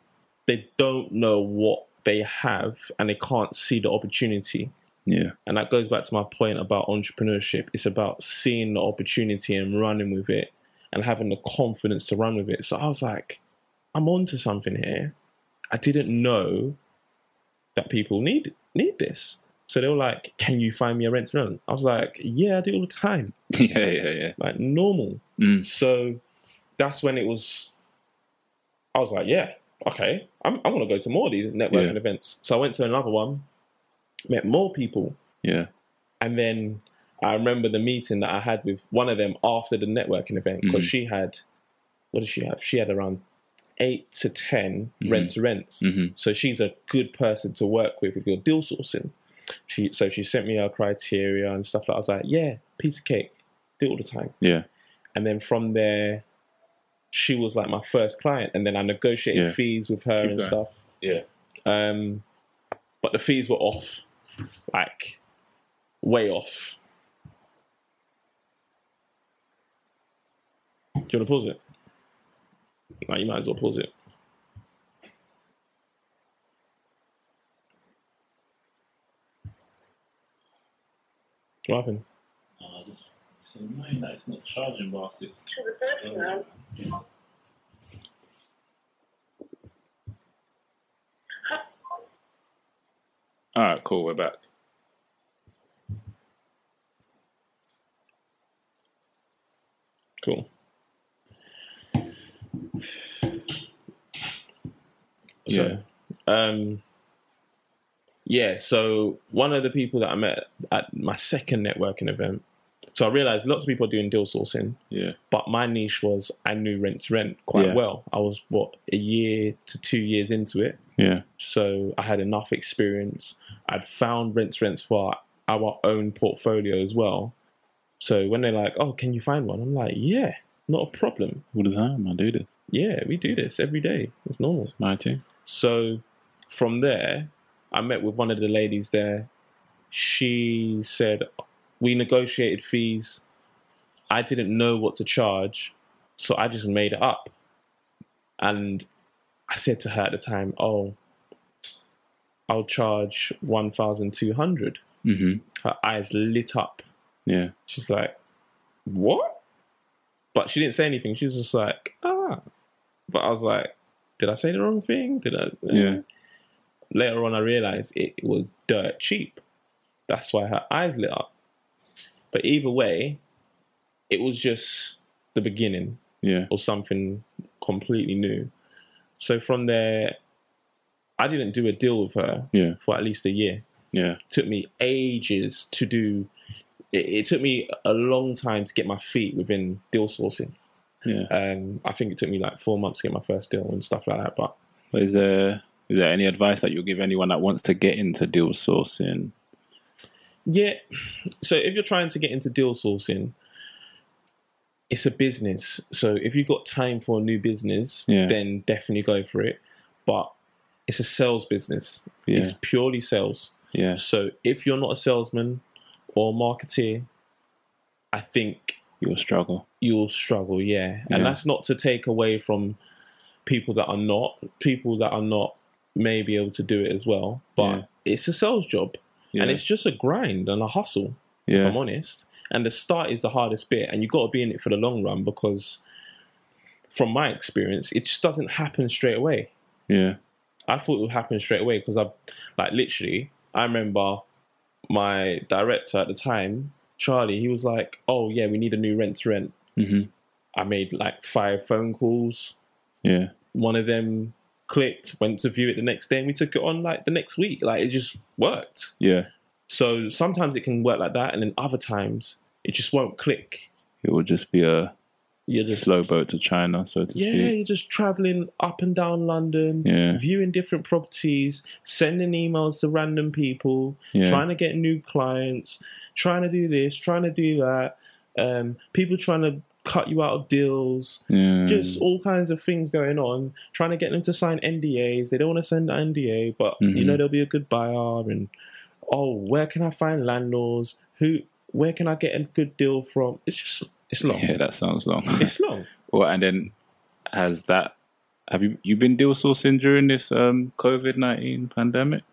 Speaker 2: They don't know what they have and they can't see the opportunity.
Speaker 1: Yeah. <laughs>
Speaker 2: And that goes back to my point about entrepreneurship. It's about seeing the opportunity and running with it and having the confidence to run with it. So I was like, I'm onto something here. I didn't know that people need need this. So they were like, Can you find me a rent run? I was like, Yeah, I do it all the time.
Speaker 1: Yeah. Yeah. Yeah.
Speaker 2: Like normal.
Speaker 1: Mm.
Speaker 2: So that's when it was I was like, Yeah, okay. I'm I'm gonna go to more of these networking
Speaker 1: Yeah.
Speaker 2: events. So I went to another one, met more people.
Speaker 1: Yeah.
Speaker 2: And then I remember the meeting that I had with one of them after the networking event because
Speaker 1: Mhm.
Speaker 2: she had, what did she have? She had around eight to 10
Speaker 1: Mhm.
Speaker 2: rent to rents.
Speaker 1: Mhm.
Speaker 2: So she's a good person to work with if you're deal sourcing. She so she sent me her criteria and stuff like. I was like, yeah, piece of cake, do it all the time.
Speaker 1: Yeah.
Speaker 2: And then from there, she was like my first client, and then I negotiated
Speaker 1: Yeah.
Speaker 2: fees with her
Speaker 1: Keep
Speaker 2: and
Speaker 1: going.
Speaker 2: stuff.
Speaker 1: Yeah.
Speaker 2: Um, but the fees were off, like way off. Do you want to pause it? No, you might as well pause it. What happened?
Speaker 1: It's annoying that it's not charging whilst it's. All right, cool. We're back.
Speaker 2: Cool. So, um, yeah. So one of the people that I met at my second networking event. So I realized lots of people are doing deal sourcing,
Speaker 1: Yeah.
Speaker 2: but my niche was I knew rent to rent quite
Speaker 1: Yeah.
Speaker 2: well. I was what a year to two years into it,
Speaker 1: Yeah.
Speaker 2: so I had enough experience. I'd found rent to rents for our own portfolio as well. So when they're like, "Oh, can you find one?" I'm like, "Yeah, not a problem.
Speaker 1: All the time, I do this.
Speaker 2: Yeah, we do this every day. It's normal."
Speaker 1: It's my team.
Speaker 2: So from there, I met with one of the ladies there. She said, We negotiated fees. I didn't know what to charge, so I just made it up. And I said to her at the time, Oh, I'll charge 1,200.
Speaker 1: Mm-hmm.
Speaker 2: Her eyes lit up.
Speaker 1: Yeah.
Speaker 2: She's like, What? But she didn't say anything. She was just like, Ah. But I was like, Did I say the wrong thing? Did I?
Speaker 1: Yeah.
Speaker 2: later on I realized it was dirt cheap. That's why her eyes lit up. But either way, it was just the beginning
Speaker 1: Yeah.
Speaker 2: or something completely new. So from there, I didn't do a deal with her
Speaker 1: Yeah.
Speaker 2: for at least a year.
Speaker 1: Yeah.
Speaker 2: took me ages to do. It, it took me a long time to get my feet within deal sourcing.
Speaker 1: Yeah.
Speaker 2: Um, I think it took me like four months to get my first deal and stuff like that. But
Speaker 1: But is there is there any advice that you'll give anyone that wants to get into deal sourcing?
Speaker 2: Yeah. So if you're trying to get into deal sourcing, it's a business. So if you've got time for a new business,
Speaker 1: Yeah.
Speaker 2: then definitely go for it. But it's a sales business.
Speaker 1: Yeah.
Speaker 2: It's purely sales.
Speaker 1: Yeah.
Speaker 2: So if you're not a salesman or a marketeer, I think
Speaker 1: You'll struggle.
Speaker 2: you'll struggle, yeah. And
Speaker 1: Yeah.
Speaker 2: that's not to take away from people that are not people that are not may be able to do it as well. But
Speaker 1: Yeah.
Speaker 2: it's a sales job.
Speaker 1: Yeah.
Speaker 2: And it's just a grind and a hustle if I'm
Speaker 1: yeah.
Speaker 2: honest. And the start is the hardest bit, and you've got to be in it for the long run because, from my experience, it just doesn't happen straight away.
Speaker 1: Yeah.
Speaker 2: I thought it would happen straight away because I, like, literally, I remember my director at the time, Charlie, he was like, Oh, yeah, we need a new rent to rent.
Speaker 1: Mm-hmm.
Speaker 2: I made like five phone calls.
Speaker 1: Yeah.
Speaker 2: One of them clicked, went to view it the next day, and we took it on like the next week. Like, it just worked.
Speaker 1: Yeah.
Speaker 2: So sometimes it can work like that, and then other times it just won't click.
Speaker 1: It will just be a
Speaker 2: You're just
Speaker 1: slow boat to China, so to
Speaker 2: yeah,
Speaker 1: speak.
Speaker 2: you're just traveling up and down London,
Speaker 1: Yeah.
Speaker 2: viewing different properties, sending emails to random people,
Speaker 1: Yeah.
Speaker 2: trying to get new clients, trying to do this, trying to do that. Um, people trying to cut you out of deals,
Speaker 1: Yeah.
Speaker 2: just all kinds of things going on, trying to get them to sign NDAs. They don't want to send an NDA, but you
Speaker 1: Mhm.
Speaker 2: know they'll be a good buyer. And oh, where can I find landlords? Who? Where can I get a good deal from? It's just it's long.
Speaker 1: yeah, that sounds long.
Speaker 2: It's long.
Speaker 1: <laughs> well, and then has that have you you been deal sourcing during this um COVID nineteen pandemic?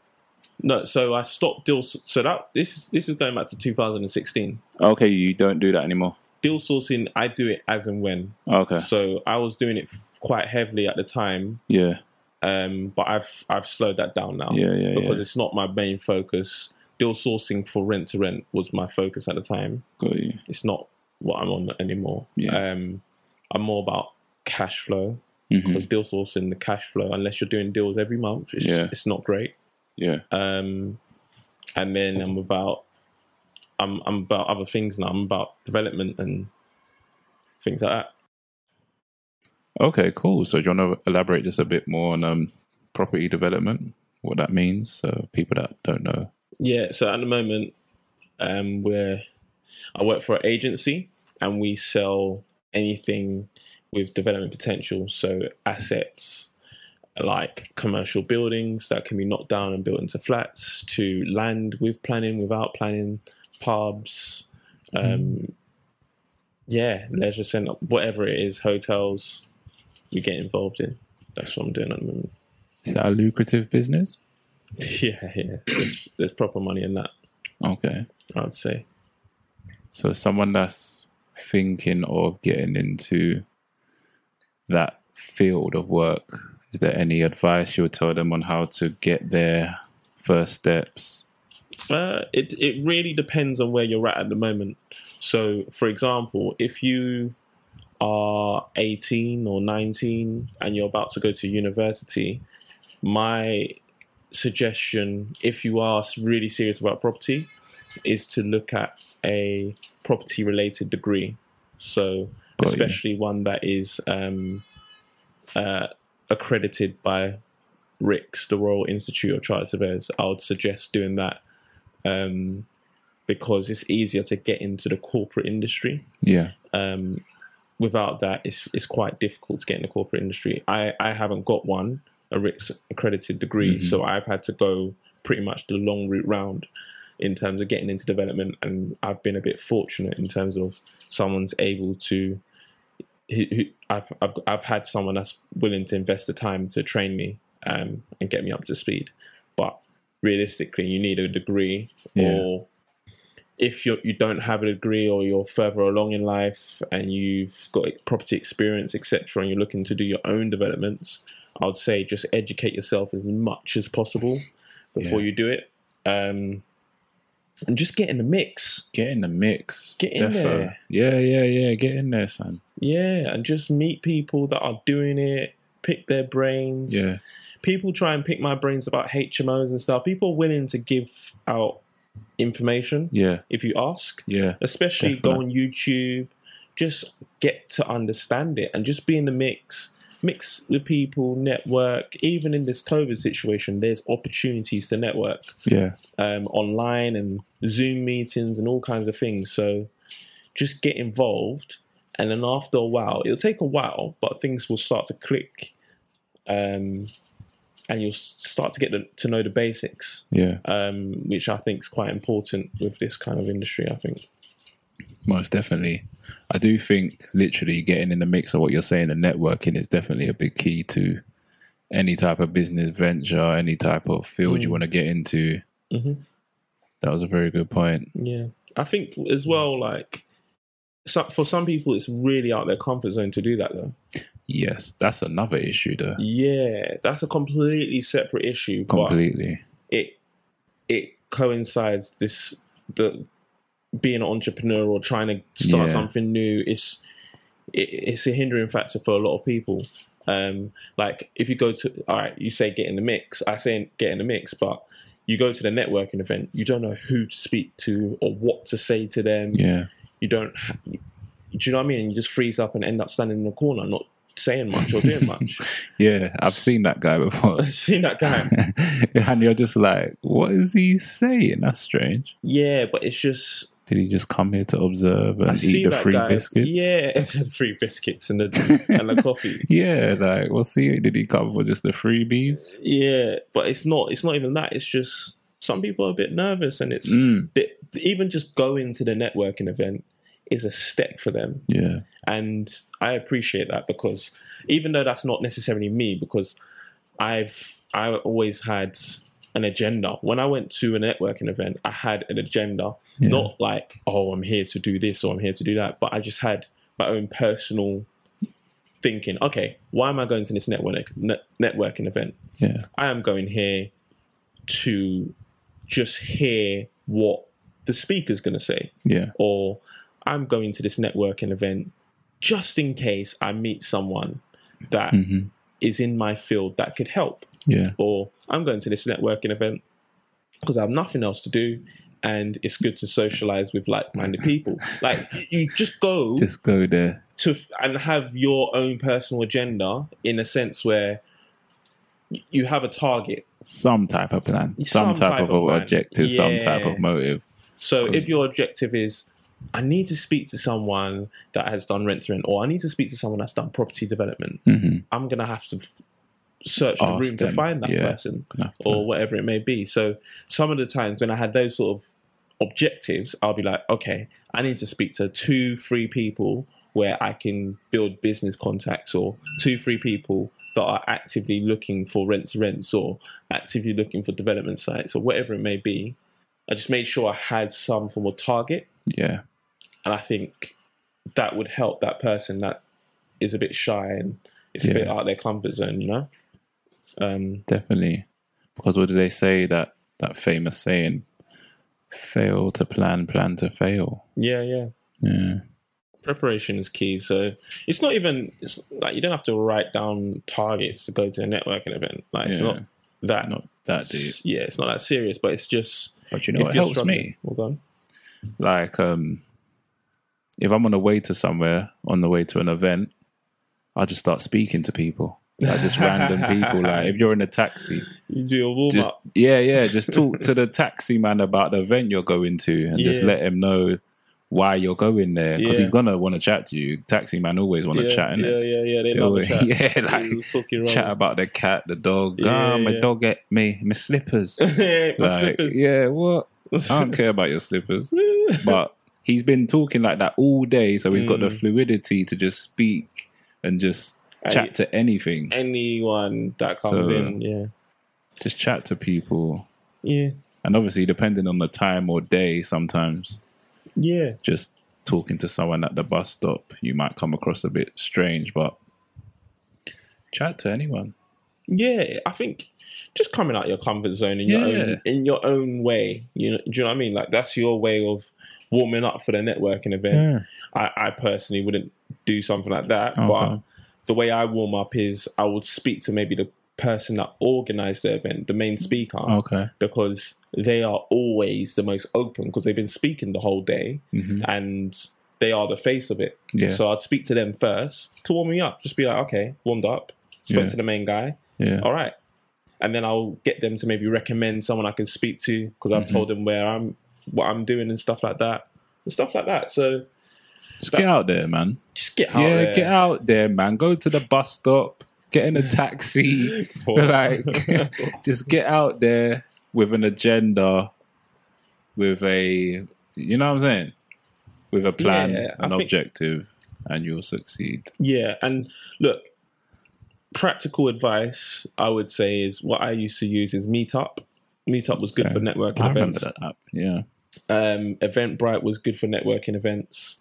Speaker 2: No, so I stopped deal. So that this is this is going back to 2016.
Speaker 1: Okay, you don't do that anymore.
Speaker 2: Deal sourcing, I do it as and when.
Speaker 1: Okay,
Speaker 2: So I was doing it quite heavily at the time,
Speaker 1: yeah,
Speaker 2: um, but I've I've slowed that down now
Speaker 1: yeah, yeah,
Speaker 2: because
Speaker 1: yeah.
Speaker 2: it's not my main focus. Deal sourcing for rent to rent was my focus at the time.
Speaker 1: Got you.
Speaker 2: It's not what I'm on anymore.
Speaker 1: Yeah.
Speaker 2: Um, I'm more about cash flow
Speaker 1: Mhm.
Speaker 2: because deal sourcing the cash flow, unless you're doing deals every month, it's
Speaker 1: Yeah.
Speaker 2: it's not great.
Speaker 1: Yeah,
Speaker 2: um, and then I'm about I'm I'm about other things now. I'm about development and things like that.
Speaker 1: Okay, cool. So, do you want to elaborate just a bit more on um, property development, what that means? So, people that don't know.
Speaker 2: Yeah. So at the moment, um, we're I work for an agency and we sell anything with development potential. So assets like commercial buildings that can be knocked down and built into flats, to land with planning, without planning, pubs, um, yeah, leisure centre, whatever it is, hotels. We get involved in. That's what I'm doing at the moment. <laughs>
Speaker 1: Is that a lucrative business?
Speaker 2: Yeah, yeah. There's, there's proper money in that.
Speaker 1: Okay.
Speaker 2: I'd say.
Speaker 1: So, someone that's thinking of getting into that field of work, is there any advice you would tell them on how to get there, first steps?
Speaker 2: Uh, it it really depends on where you're at at the moment. So, for example, if you are 18 or 19 and you're about to go to university, my suggestion, if you are s- really serious about property, is to look at a property related degree. So,
Speaker 1: Got you.
Speaker 2: especially one that is um, uh, accredited by RICS, the Royal Institute of Chartered Surveyors. I would suggest doing that um, because it's easier to get into the corporate industry
Speaker 1: Yeah.
Speaker 2: um, without that, it's it's quite difficult to get in the corporate industry. I, I haven't got one a RICS accredited degree, so I've had to go pretty much the long route round in terms of getting into development, and I've been a bit fortunate in terms of someone's able to. Who, who, I've, I've I've had someone that's willing to invest the time to train me um, and get me up to speed, but realistically, you need a degree
Speaker 1: Yeah.
Speaker 2: or if you you don't have a degree or you're further along in life and you've got property experience etc and you're looking to do your own developments i would say just educate yourself as much as possible before
Speaker 1: Yeah.
Speaker 2: you do it um, and just get in the mix
Speaker 1: Get in the mix.
Speaker 2: Get in there.
Speaker 1: Yeah, yeah, yeah. Get in there, son.
Speaker 2: yeah and just meet people that are doing it pick their brains
Speaker 1: Yeah.
Speaker 2: people try and pick my brains about hmos and stuff people are willing to give out information
Speaker 1: Yeah.
Speaker 2: if you ask
Speaker 1: Yeah.
Speaker 2: especially go
Speaker 1: Definitely.
Speaker 2: on YouTube. Just get to understand it and just be in the mix, mix with people, network. Even in this COVID situation, there's opportunities to network
Speaker 1: Yeah.
Speaker 2: um, online and Zoom meetings and all kinds of things. So just get involved, and then after a while, it'll take a while, but things will start to click, um, and you'll s- start to get the, to know the basics,
Speaker 1: Yeah.
Speaker 2: um, which I think is quite important with this kind of industry. I think.
Speaker 1: Most definitely. I do think literally getting in the mix of what you're saying and networking is definitely a big key to any type of business venture, any type of field
Speaker 2: Mm.
Speaker 1: you want to get into.
Speaker 2: Mhm.
Speaker 1: That was a very good point.
Speaker 2: Yeah, I think as well. Like, so, for some people, it's really out their comfort zone to do that, though.
Speaker 1: Yes, that's another issue though.
Speaker 2: Yeah, that's a completely separate issue,
Speaker 1: Completely.
Speaker 2: but it it coincides this the being an entrepreneur or trying to start
Speaker 1: Yeah.
Speaker 2: something new. It's it, it's a hindering factor for a lot of people. Um, like if you go to all right, you say get in the mix. I say get in the mix, but you go to the networking event, you don't know who to speak to or what to say to them.
Speaker 1: Yeah.
Speaker 2: you don't ha- do you know what I mean? You just freeze up and end up standing in the corner, not saying much
Speaker 1: <laughs>
Speaker 2: or doing much. <laughs>
Speaker 1: Yeah. I've seen that guy <laughs> before.
Speaker 2: I've seen that guy.
Speaker 1: and you're just like, what is he saying? That's strange.
Speaker 2: Yeah, but it's just
Speaker 1: Did he just come here to observe and eat the free biscuits?
Speaker 2: Yeah, <laughs> it's the free biscuits and the and the coffee.
Speaker 1: <laughs> Yeah, like what's he? Did he come for just the freebies?
Speaker 2: Yeah, but it's not. It's not even that. It's just some people are a bit nervous, and it's
Speaker 1: Mm.
Speaker 2: they- even just going to the networking event is a step for them,
Speaker 1: Yeah,
Speaker 2: and I appreciate that because even though that's not necessarily me, because I've I always had an agenda. When I went to a networking event, I had an agenda,
Speaker 1: Yeah.
Speaker 2: not like oh I'm here to do this or I'm here to do that, but I just had my own personal thinking. Okay, why am I going to this network net, networking event?
Speaker 1: yeah,
Speaker 2: I am going here to just hear what the speaker's going to say,
Speaker 1: yeah,
Speaker 2: or I'm going to this networking event just in case I meet someone that is
Speaker 1: hmm
Speaker 2: in my field that could help,
Speaker 1: yeah,
Speaker 2: or I'm going to this networking event because I have nothing else to do. And it's good to socialize with like-minded
Speaker 1: <laughs>
Speaker 2: people. Like you just go
Speaker 1: just go there.
Speaker 2: to and have your own personal agenda in a sense where y- you have a target.
Speaker 1: Some type of plan, some,
Speaker 2: Some
Speaker 1: type,
Speaker 2: type
Speaker 1: of,
Speaker 2: of plan.
Speaker 1: objective, some type
Speaker 2: Yeah.
Speaker 1: of motive.
Speaker 2: So
Speaker 1: Cool.
Speaker 2: if your objective is, I need to speak to someone that has done rent to rent, or I need to speak to someone that's done property development,
Speaker 1: Mhm.
Speaker 2: I'm gonna have to f- search the
Speaker 1: Ask
Speaker 2: room to
Speaker 1: them,
Speaker 2: find that
Speaker 1: yeah.
Speaker 2: person
Speaker 1: Gonna have to-
Speaker 2: or whatever it may be. So some of the times when I had those sort of objectives, I'll be like, okay, I need to speak to two, three people where I can build business contacts, or two, three people that are actively looking for rent to rents, or actively looking for development sites, or whatever it may be. I just made sure I had some form of target,
Speaker 1: yeah,
Speaker 2: and I think that would help that person that is a bit shy and it's a bit
Speaker 1: Yeah.
Speaker 2: out of their comfort zone, you know. Um,
Speaker 1: definitely. Because what do they say that that famous saying? Fail to plan, plan to fail.
Speaker 2: yeah, yeah.
Speaker 1: Yeah,
Speaker 2: preparation is key. So it's not even it's like you don't have to write down targets to go to a networking event. Like it's
Speaker 1: Yeah.
Speaker 2: not that
Speaker 1: not that deep.
Speaker 2: yeah, it's not that serious, but it's just
Speaker 1: But you know,
Speaker 2: if
Speaker 1: it
Speaker 2: you're
Speaker 1: helps
Speaker 2: struggling-
Speaker 1: me.
Speaker 2: Well done.
Speaker 1: Like, um, if I'm on the way to somewhere, on the way to an event, I just start speaking to people, like just random people. Like, if you're in a taxi,
Speaker 2: You do your warm
Speaker 1: just
Speaker 2: up.
Speaker 1: yeah, yeah, just talk to the taxi man about the event you're going to, and just
Speaker 2: Yeah.
Speaker 1: let him know why you're going there because
Speaker 2: Yeah.
Speaker 1: he's gonna want to chat to you. Taxi man always want to
Speaker 2: Yeah,
Speaker 1: chat,
Speaker 2: yeah,
Speaker 1: innit?
Speaker 2: yeah, yeah. They
Speaker 1: They <laughs>
Speaker 2: love a
Speaker 1: always-
Speaker 2: chat.
Speaker 1: yeah, like
Speaker 2: They talk you
Speaker 1: chat
Speaker 2: around.
Speaker 1: about the cat, the dog.
Speaker 2: Yeah,
Speaker 1: ah, my
Speaker 2: yeah.
Speaker 1: dog ate me, my slippers.
Speaker 2: <laughs> Yeah, my
Speaker 1: like,
Speaker 2: slippers.
Speaker 1: yeah, what? I don't care about your
Speaker 2: <laughs>
Speaker 1: slippers but he's been talking like that all day, so he's got the
Speaker 2: Mm.
Speaker 1: fluidity to just speak and just
Speaker 2: Hey.
Speaker 1: chat to anything.
Speaker 2: <laughs> Anyone that comes
Speaker 1: So-
Speaker 2: in, yeah,
Speaker 1: Just chat to people.
Speaker 2: yeah,
Speaker 1: And obviously depending on the time or day sometimes
Speaker 2: yeah,
Speaker 1: just talking to someone at the bus stop you might come across a bit strange, but chat to anyone.
Speaker 2: yeah. I think just coming out of your comfort zone in your
Speaker 1: Yeah.
Speaker 2: own in your own way. You know, do you know what I mean? Like that's your way of warming up for the networking event. I, I personally wouldn't do something like that. But
Speaker 1: Okay.
Speaker 2: the way I warm up is I would speak to maybe the person that organized the event, the main speaker,
Speaker 1: Okay.
Speaker 2: because they are always the most open because they've been speaking the whole day
Speaker 1: hmm
Speaker 2: and they are the face of it.
Speaker 1: Yeah.
Speaker 2: So I'd speak to them first to warm me up. Just be like, okay, warmed up. Spoke
Speaker 1: Yeah.
Speaker 2: to the main guy.
Speaker 1: yeah.
Speaker 2: All right. And then I'll get them to maybe recommend someone I can speak to because
Speaker 1: Mm-hmm.
Speaker 2: I've told them where I'm, what I'm doing and stuff like that. And stuff like that. So
Speaker 1: Just get out there, man.
Speaker 2: just get out
Speaker 1: yeah,
Speaker 2: there.
Speaker 1: get out there, man. Go to the bus stop, get in a
Speaker 2: <laughs>
Speaker 1: taxi. <laughs>
Speaker 2: Or-
Speaker 1: like, just get out there with an agenda, with a, you know what I'm saying? With a plan,
Speaker 2: Yeah, I
Speaker 1: an
Speaker 2: think-
Speaker 1: objective, and you'll succeed.
Speaker 2: <laughs> yeah, and look, practical advice I would say is what I used to use is Meetup. Meetup was good
Speaker 1: Okay.
Speaker 2: for networking
Speaker 1: I remember
Speaker 2: events.
Speaker 1: that app. Yeah.
Speaker 2: Um, Eventbrite was good for networking events.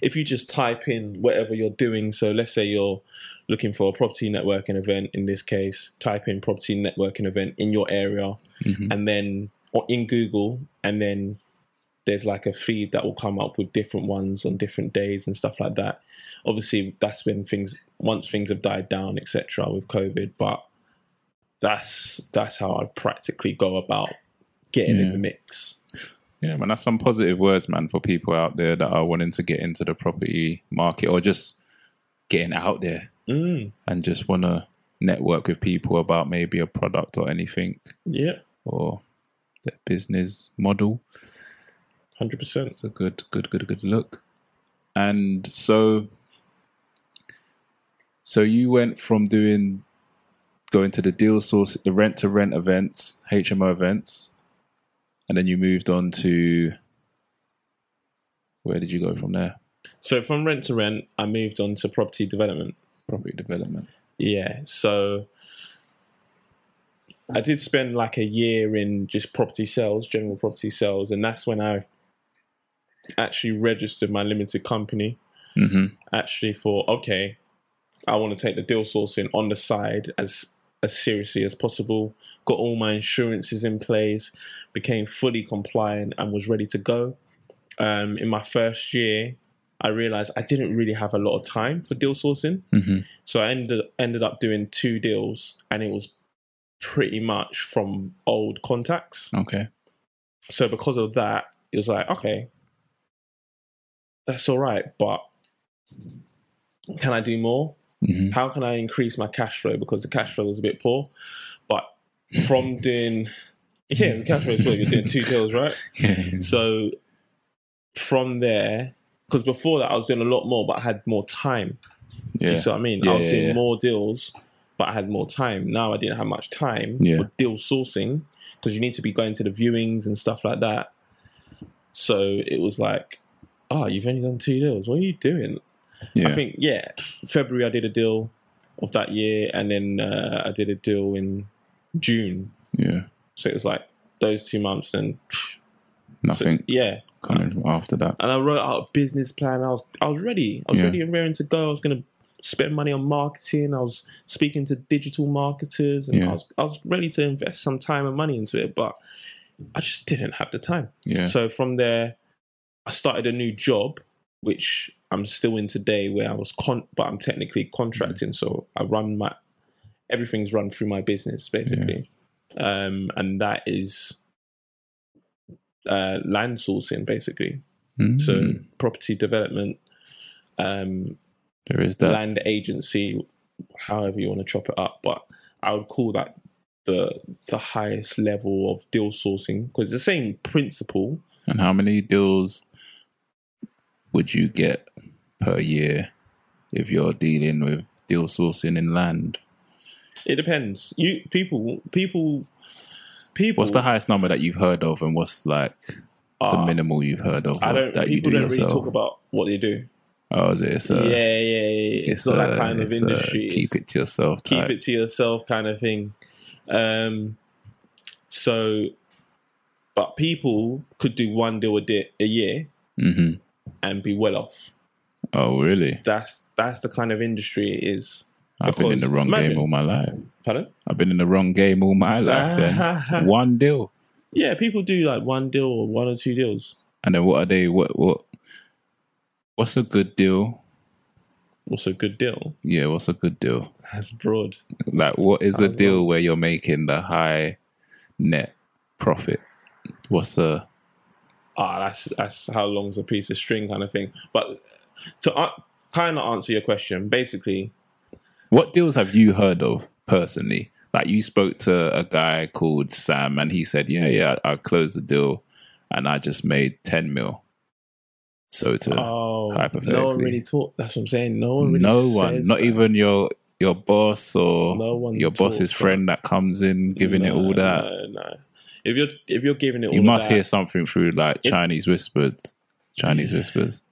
Speaker 2: If you just type in whatever you're doing, so let's say you're looking for a property networking event in this case, type in property networking event in your area
Speaker 1: Mhm.
Speaker 2: and then or in Google and then there's like a feed that will come up with different ones on different days and stuff like that. Obviously that's when things once things have died down, etc. with COVID, but that's that's how I practically go about getting in
Speaker 1: Yeah.
Speaker 2: the mix.
Speaker 1: Yeah, man, that's some positive words, man, for people out there that are wanting to get into the property market or just getting out there.
Speaker 2: Mm.
Speaker 1: and just want to network with people about maybe a product or anything
Speaker 2: Yeah,
Speaker 1: or their business model.
Speaker 2: hundred percent.
Speaker 1: It's a good, good, good, good look. And so, so you went from doing going to the deal source, the rent to rent events, HMO events, and then you moved on to where did you go from there?
Speaker 2: So from rent to rent, I moved on to property development.
Speaker 1: Property development.
Speaker 2: Yeah. So I did spend like a year in just property sales, general property sales, and that's when I actually registered my limited company.
Speaker 1: Mm-hmm.
Speaker 2: Actually, for okay, I want to take the deal sourcing on the side as as seriously as possible. Got all my insurances in place, became fully compliant, and was ready to go. Um, in my first year, I realized I didn't really have a lot of time for deal sourcing.
Speaker 1: Mm-hmm.
Speaker 2: So I ended ended up doing two deals, and it was pretty much from old contacts.
Speaker 1: Okay.
Speaker 2: So because of that, it was like, okay, that's all right, but can I do more?
Speaker 1: <laughs> Mm-hmm.
Speaker 2: How can I increase my cash flow? Because the cash flow was a bit poor, but from doing yeah, the cash flow is poor. You're doing two deals, right? So from there, because before that I was doing a lot more, but I had more time. Do
Speaker 1: yeah.
Speaker 2: you see what I mean?
Speaker 1: Yeah,
Speaker 2: I was
Speaker 1: yeah,
Speaker 2: doing
Speaker 1: yeah.
Speaker 2: more deals, but I had more time. Now I didn't have much time
Speaker 1: Yeah.
Speaker 2: for deal sourcing because you need to be going to the viewings and stuff like that. So it was like, oh, you've only done two deals. What are you doing?
Speaker 1: yeah.
Speaker 2: I think, yeah, February I did a deal of that year, and then uh, I did a deal in June.
Speaker 1: yeah.
Speaker 2: So it was like those two months, and
Speaker 1: Nothing
Speaker 2: yeah,
Speaker 1: coming from after that.
Speaker 2: and I wrote out a business plan. I was I was ready. I was
Speaker 1: Yeah.
Speaker 2: ready and raring to go. I was gonna spend money on marketing. I was speaking to digital marketers, and
Speaker 1: Yeah.
Speaker 2: I was I was ready to invest some time and money into it, but I just didn't have the time.
Speaker 1: Yeah.
Speaker 2: So from there, I started a new job, which I'm still in today, where I was con, but I'm technically
Speaker 1: Mm.
Speaker 2: contracting, so I run my everything's run through my business basically, um, and that is uh, land sourcing basically.
Speaker 1: Mhm.
Speaker 2: So property development, um,
Speaker 1: there is that.
Speaker 2: land agency, however you want to chop it up. But I would call that the the highest level of deal sourcing because it's the same principle.
Speaker 1: And how many deals would you get per year if you're dealing with deal sourcing in land?
Speaker 2: It depends. You people, people, people.
Speaker 1: What's the highest number that you've heard of, and what's like the
Speaker 2: are-
Speaker 1: minimal you've heard of
Speaker 2: Uh, I
Speaker 1: or
Speaker 2: don't.
Speaker 1: that you do
Speaker 2: People don't really
Speaker 1: yourself?
Speaker 2: talk about what they do.
Speaker 1: oh, is it? It's a,
Speaker 2: yeah, yeah, yeah. It's, not
Speaker 1: a-
Speaker 2: that kind of
Speaker 1: it's a
Speaker 2: industry. It's-
Speaker 1: keep it to yourself.
Speaker 2: keep
Speaker 1: type.
Speaker 2: it to yourself kind of thing. Um, so, but people could do one deal a, di- a year
Speaker 1: Mhm.
Speaker 2: and be well off.
Speaker 1: Oh, really?
Speaker 2: That's that's the kind of industry it is.
Speaker 1: I've been in
Speaker 2: Because
Speaker 1: the wrong
Speaker 2: imagine-
Speaker 1: game all my life.
Speaker 2: Pardon?
Speaker 1: I've been in the wrong game all my life.
Speaker 2: <laughs>
Speaker 1: then one deal,
Speaker 2: Yeah, people do like one deal or one or two deals.
Speaker 1: and then what are they? What what? What's a good deal?
Speaker 2: What's a good deal?
Speaker 1: Yeah, what's a good deal?
Speaker 2: That's broad.
Speaker 1: Like, what is a
Speaker 2: As
Speaker 1: deal where you're making the high net profit? What's a
Speaker 2: Ah, that's that's how long's a piece of string kind of thing. But to uh, kind of answer your question, basically,
Speaker 1: what deals have you heard of personally? Like, you spoke to a guy called Sam, and he said, "Yeah, yeah, I, I closed the deal, and I just made ten mil." So to
Speaker 2: oh, no one
Speaker 1: hypothetically.
Speaker 2: really talk. That's what I'm saying. No one really.
Speaker 1: no one,
Speaker 2: says
Speaker 1: not
Speaker 2: that.
Speaker 1: even your your boss or
Speaker 2: No one
Speaker 1: your boss's
Speaker 2: talks
Speaker 1: friend that comes in giving it
Speaker 2: No,
Speaker 1: all that.
Speaker 2: No, no. If you're if you're giving it all
Speaker 1: you must
Speaker 2: that,
Speaker 1: hear something through like
Speaker 2: If-
Speaker 1: Chinese whispers. Chinese whispers.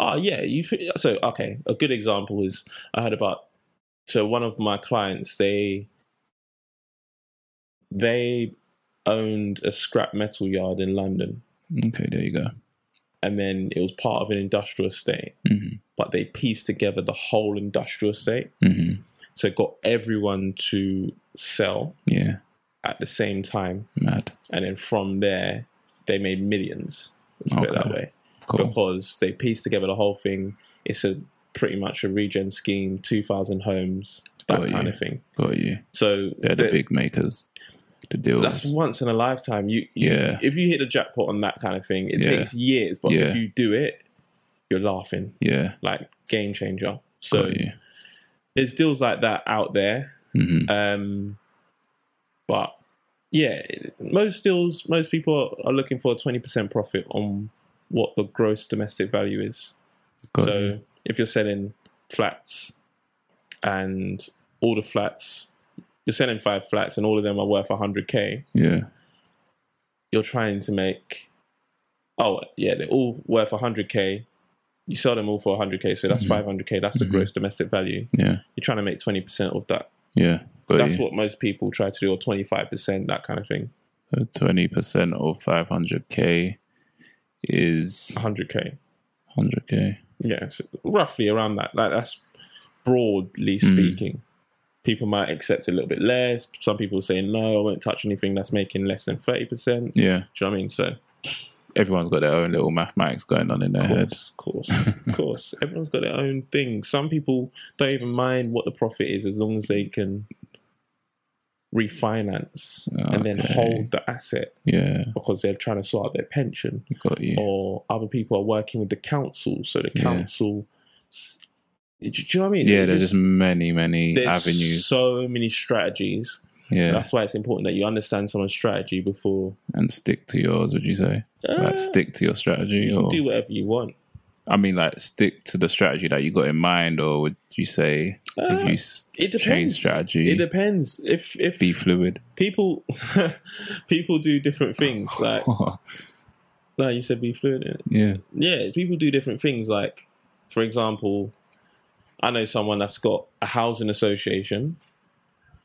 Speaker 2: Oh yeah, you fi- so okay. A good example is I heard about so one of my clients they they owned a scrap metal yard in London
Speaker 1: Okay, there you go.
Speaker 2: and then it was part of an industrial estate,
Speaker 1: Mhm.
Speaker 2: but they pieced together the whole industrial estate.
Speaker 1: hmm
Speaker 2: So it got everyone to sell
Speaker 1: Yeah,
Speaker 2: at the same time
Speaker 1: mad.
Speaker 2: and then from there they made millions. Let's put it
Speaker 1: Okay.
Speaker 2: that way.
Speaker 1: Cool.
Speaker 2: because they pieced together the whole thing. It's a pretty much a regen scheme, two thousand homes, that
Speaker 1: Got
Speaker 2: kind
Speaker 1: you.
Speaker 2: of thing.
Speaker 1: Got you.
Speaker 2: So
Speaker 1: They're the
Speaker 2: that-
Speaker 1: big makers. The
Speaker 2: that's
Speaker 1: deals.
Speaker 2: once in a lifetime. You, you-
Speaker 1: Yeah.
Speaker 2: if you hit the jackpot on that kind of thing, it
Speaker 1: Yeah.
Speaker 2: takes years, but
Speaker 1: Yeah.
Speaker 2: if you do it, you're laughing
Speaker 1: Yeah.
Speaker 2: like game changer. So
Speaker 1: Got you.
Speaker 2: there's deals like that out there,
Speaker 1: hmm
Speaker 2: um, but yeah, most deals, most people are looking for a twenty percent profit on what the gross domestic value is. so if you're selling flats and all the flats, you're selling five flats and all of them are worth 100k,
Speaker 1: yeah,
Speaker 2: you're trying to make, oh, yeah, they're all worth 100k. You sell them all for 100k, so that's 500k. That's the gross domestic value.
Speaker 1: yeah,
Speaker 2: You're trying to make 20% of that.
Speaker 1: yeah. Got
Speaker 2: That's
Speaker 1: you.
Speaker 2: what most people try to do, or 25%, that kind of thing.
Speaker 1: So 20% of 500k is
Speaker 2: 100k.
Speaker 1: 100k.
Speaker 2: yeah, so roughly around that. Like that's broadly
Speaker 1: Hmm.
Speaker 2: speaking. People might accept a little bit less. Some people say no, I won't touch anything that's making less than thirty percent. Do
Speaker 1: Yeah,
Speaker 2: you know what I mean? So, of
Speaker 1: everyone's got their own little mathematics going on in their head.
Speaker 2: course, course, of
Speaker 1: <laughs>
Speaker 2: course. Everyone's got their own thing. Some people don't even mind what the profit is as long as they can refinance and then
Speaker 1: Okay.
Speaker 2: hold the asset
Speaker 1: Yeah,
Speaker 2: because they're trying to sort out their pension.
Speaker 1: got you.
Speaker 2: or other people are working with the council. So the
Speaker 1: Yeah.
Speaker 2: council, do, do you know what I mean?
Speaker 1: Yeah,
Speaker 2: It's
Speaker 1: there's just many, many
Speaker 2: there's
Speaker 1: avenues.
Speaker 2: so many strategies.
Speaker 1: yeah,
Speaker 2: That's why it's important that you understand someone's strategy before
Speaker 1: and stick to yours. Would you say?
Speaker 2: Ah,
Speaker 1: Like, stick to your strategy,
Speaker 2: you can
Speaker 1: or
Speaker 2: do whatever you want.
Speaker 1: I mean, like, stick to the strategy that you got in mind, or would you say if
Speaker 2: Ah,
Speaker 1: you s-
Speaker 2: it
Speaker 1: change
Speaker 2: depends.
Speaker 1: strategy,
Speaker 2: It depends. If if
Speaker 1: be fluid?
Speaker 2: people people do different things, <laughs>
Speaker 1: <laughs>
Speaker 2: like like you said, be fluent. in it.
Speaker 1: yeah,
Speaker 2: Yeah, people do different things. Like for example, I know someone that's got a housing association,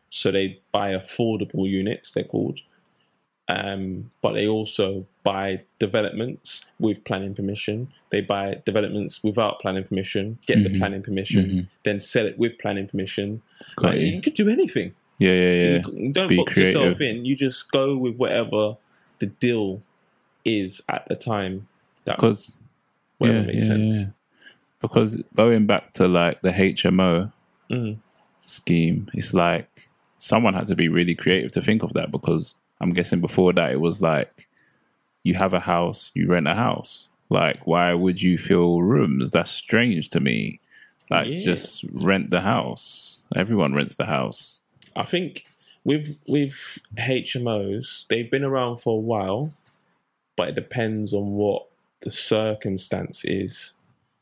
Speaker 2: so they buy affordable units. They're called. um, but they also buy developments with planning permission. They buy developments without planning permission, get
Speaker 1: Mm-hmm.
Speaker 2: the planning permission, then sell it with planning permission.
Speaker 1: got
Speaker 2: Like,
Speaker 1: you.
Speaker 2: you could do anything.
Speaker 1: Yeah, yeah, yeah.
Speaker 2: You c- don't
Speaker 1: Be
Speaker 2: box yourself in. You just go with whatever the deal is at the time. That
Speaker 1: Because
Speaker 2: whatever makes sense.
Speaker 1: Because going back to like the HMO
Speaker 2: Mm.
Speaker 1: scheme, it's like someone had to be really creative to think of that because I'm guessing before that it was like you have a house, you rent a house. Like, why would you fill rooms? That's strange to me. Like,
Speaker 2: Yeah.
Speaker 1: just rent the house. Everyone rents the house.
Speaker 2: I think with with HMOs, they've been around for a while, but it depends on what the circumstance is.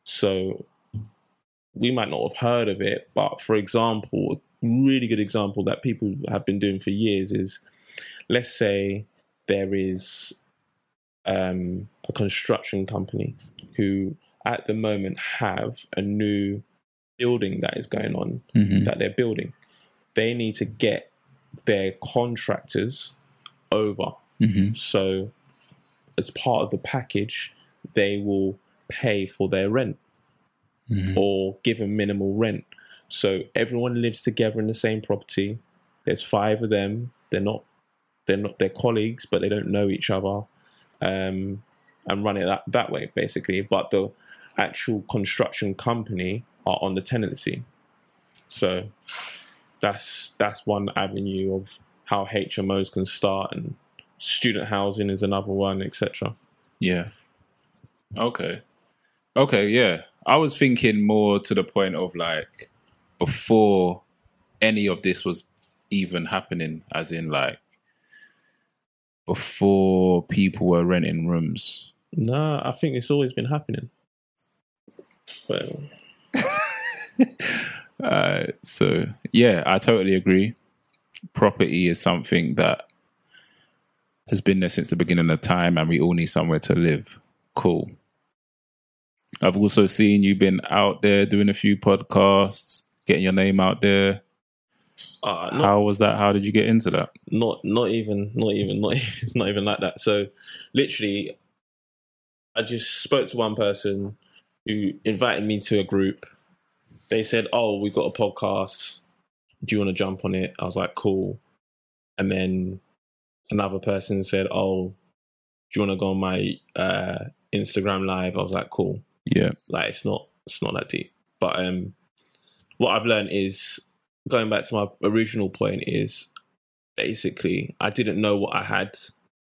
Speaker 2: So we might not have heard of it, but for example, a really good example that people have been doing for years is let's say there is um, a construction company who at the moment have a new building that is going on
Speaker 1: Mm-hmm.
Speaker 2: that they're building. They need to get their contractors over.
Speaker 1: Mm-hmm.
Speaker 2: So, as part of the package, they will pay for their rent Mm-hmm.
Speaker 1: Mhm.
Speaker 2: or give a minimal rent. So everyone lives together in the same property. There's five of them. They're not they're not their colleagues, but they don't know each other. Um, and run it that, that way basically. But the actual construction company are on the tenancy. So that's that's one avenue of how HMOs can start and student housing is another one, etc.
Speaker 1: Yeah. Okay. Okay, yeah. I was thinking more to the point of like before any of this was even happening, as in like before people were renting rooms.
Speaker 2: No, I think it's always been happening. But
Speaker 1: Uh, so, yeah, I totally agree. Property is something that has been there since the beginning of time and we all need somewhere to live. Cool. I've also seen you've been out there doing a few podcasts, getting your name out there.
Speaker 2: uh, not
Speaker 1: How was that? How did you get into that?
Speaker 2: not not even not even not <laughs> even, it's not even like that so literally i just spoke to one person who invited me to a group they said oh we've got a podcast do you want to jump on it i was like cool and then another person said oh do you want to go on my uh instagram live i was like cool
Speaker 1: Yeah.
Speaker 2: like it's not it's not that deep but um what i've learned is going back to my original point is basically i didn't know what i had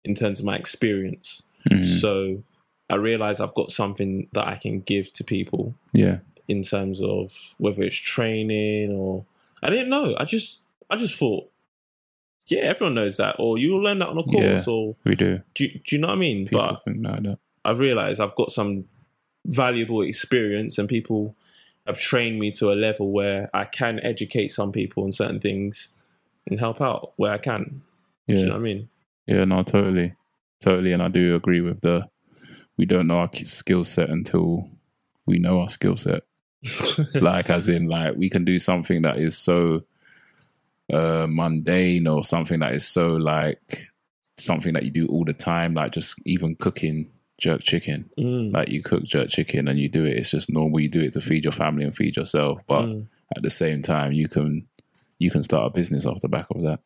Speaker 2: in terms of my experience
Speaker 1: Mhm.
Speaker 2: so i realized i've got something that i can give to people
Speaker 1: Yeah.
Speaker 2: in terms of whether it's training or i didn't know i just i just thought yeah everyone knows that or you'll learn that on a course or
Speaker 1: We do.
Speaker 2: do, you- do you know what i mean
Speaker 1: People
Speaker 2: but
Speaker 1: think like that.
Speaker 2: i I've realized I've got some valuable experience and people have trained me to a level where I can educate some people on certain things and help out where I can.
Speaker 1: Yeah.
Speaker 2: Do you know what I
Speaker 1: <laughs>
Speaker 2: mean?
Speaker 1: Yeah, no, totally, totally, and I do agree with the we don't know our skill set until we know our skill set.
Speaker 2: <laughs>
Speaker 1: like, as in, like we can do something that is so uh, mundane or something that is so like something that you do all the time, like just even cooking jerk chicken.
Speaker 2: Mm.
Speaker 1: Like you cook jerk chicken and you do it. It's just normal. You do it to feed your family and feed yourself, but
Speaker 2: Mm.
Speaker 1: at the same time, you can you can start a business off the back of that.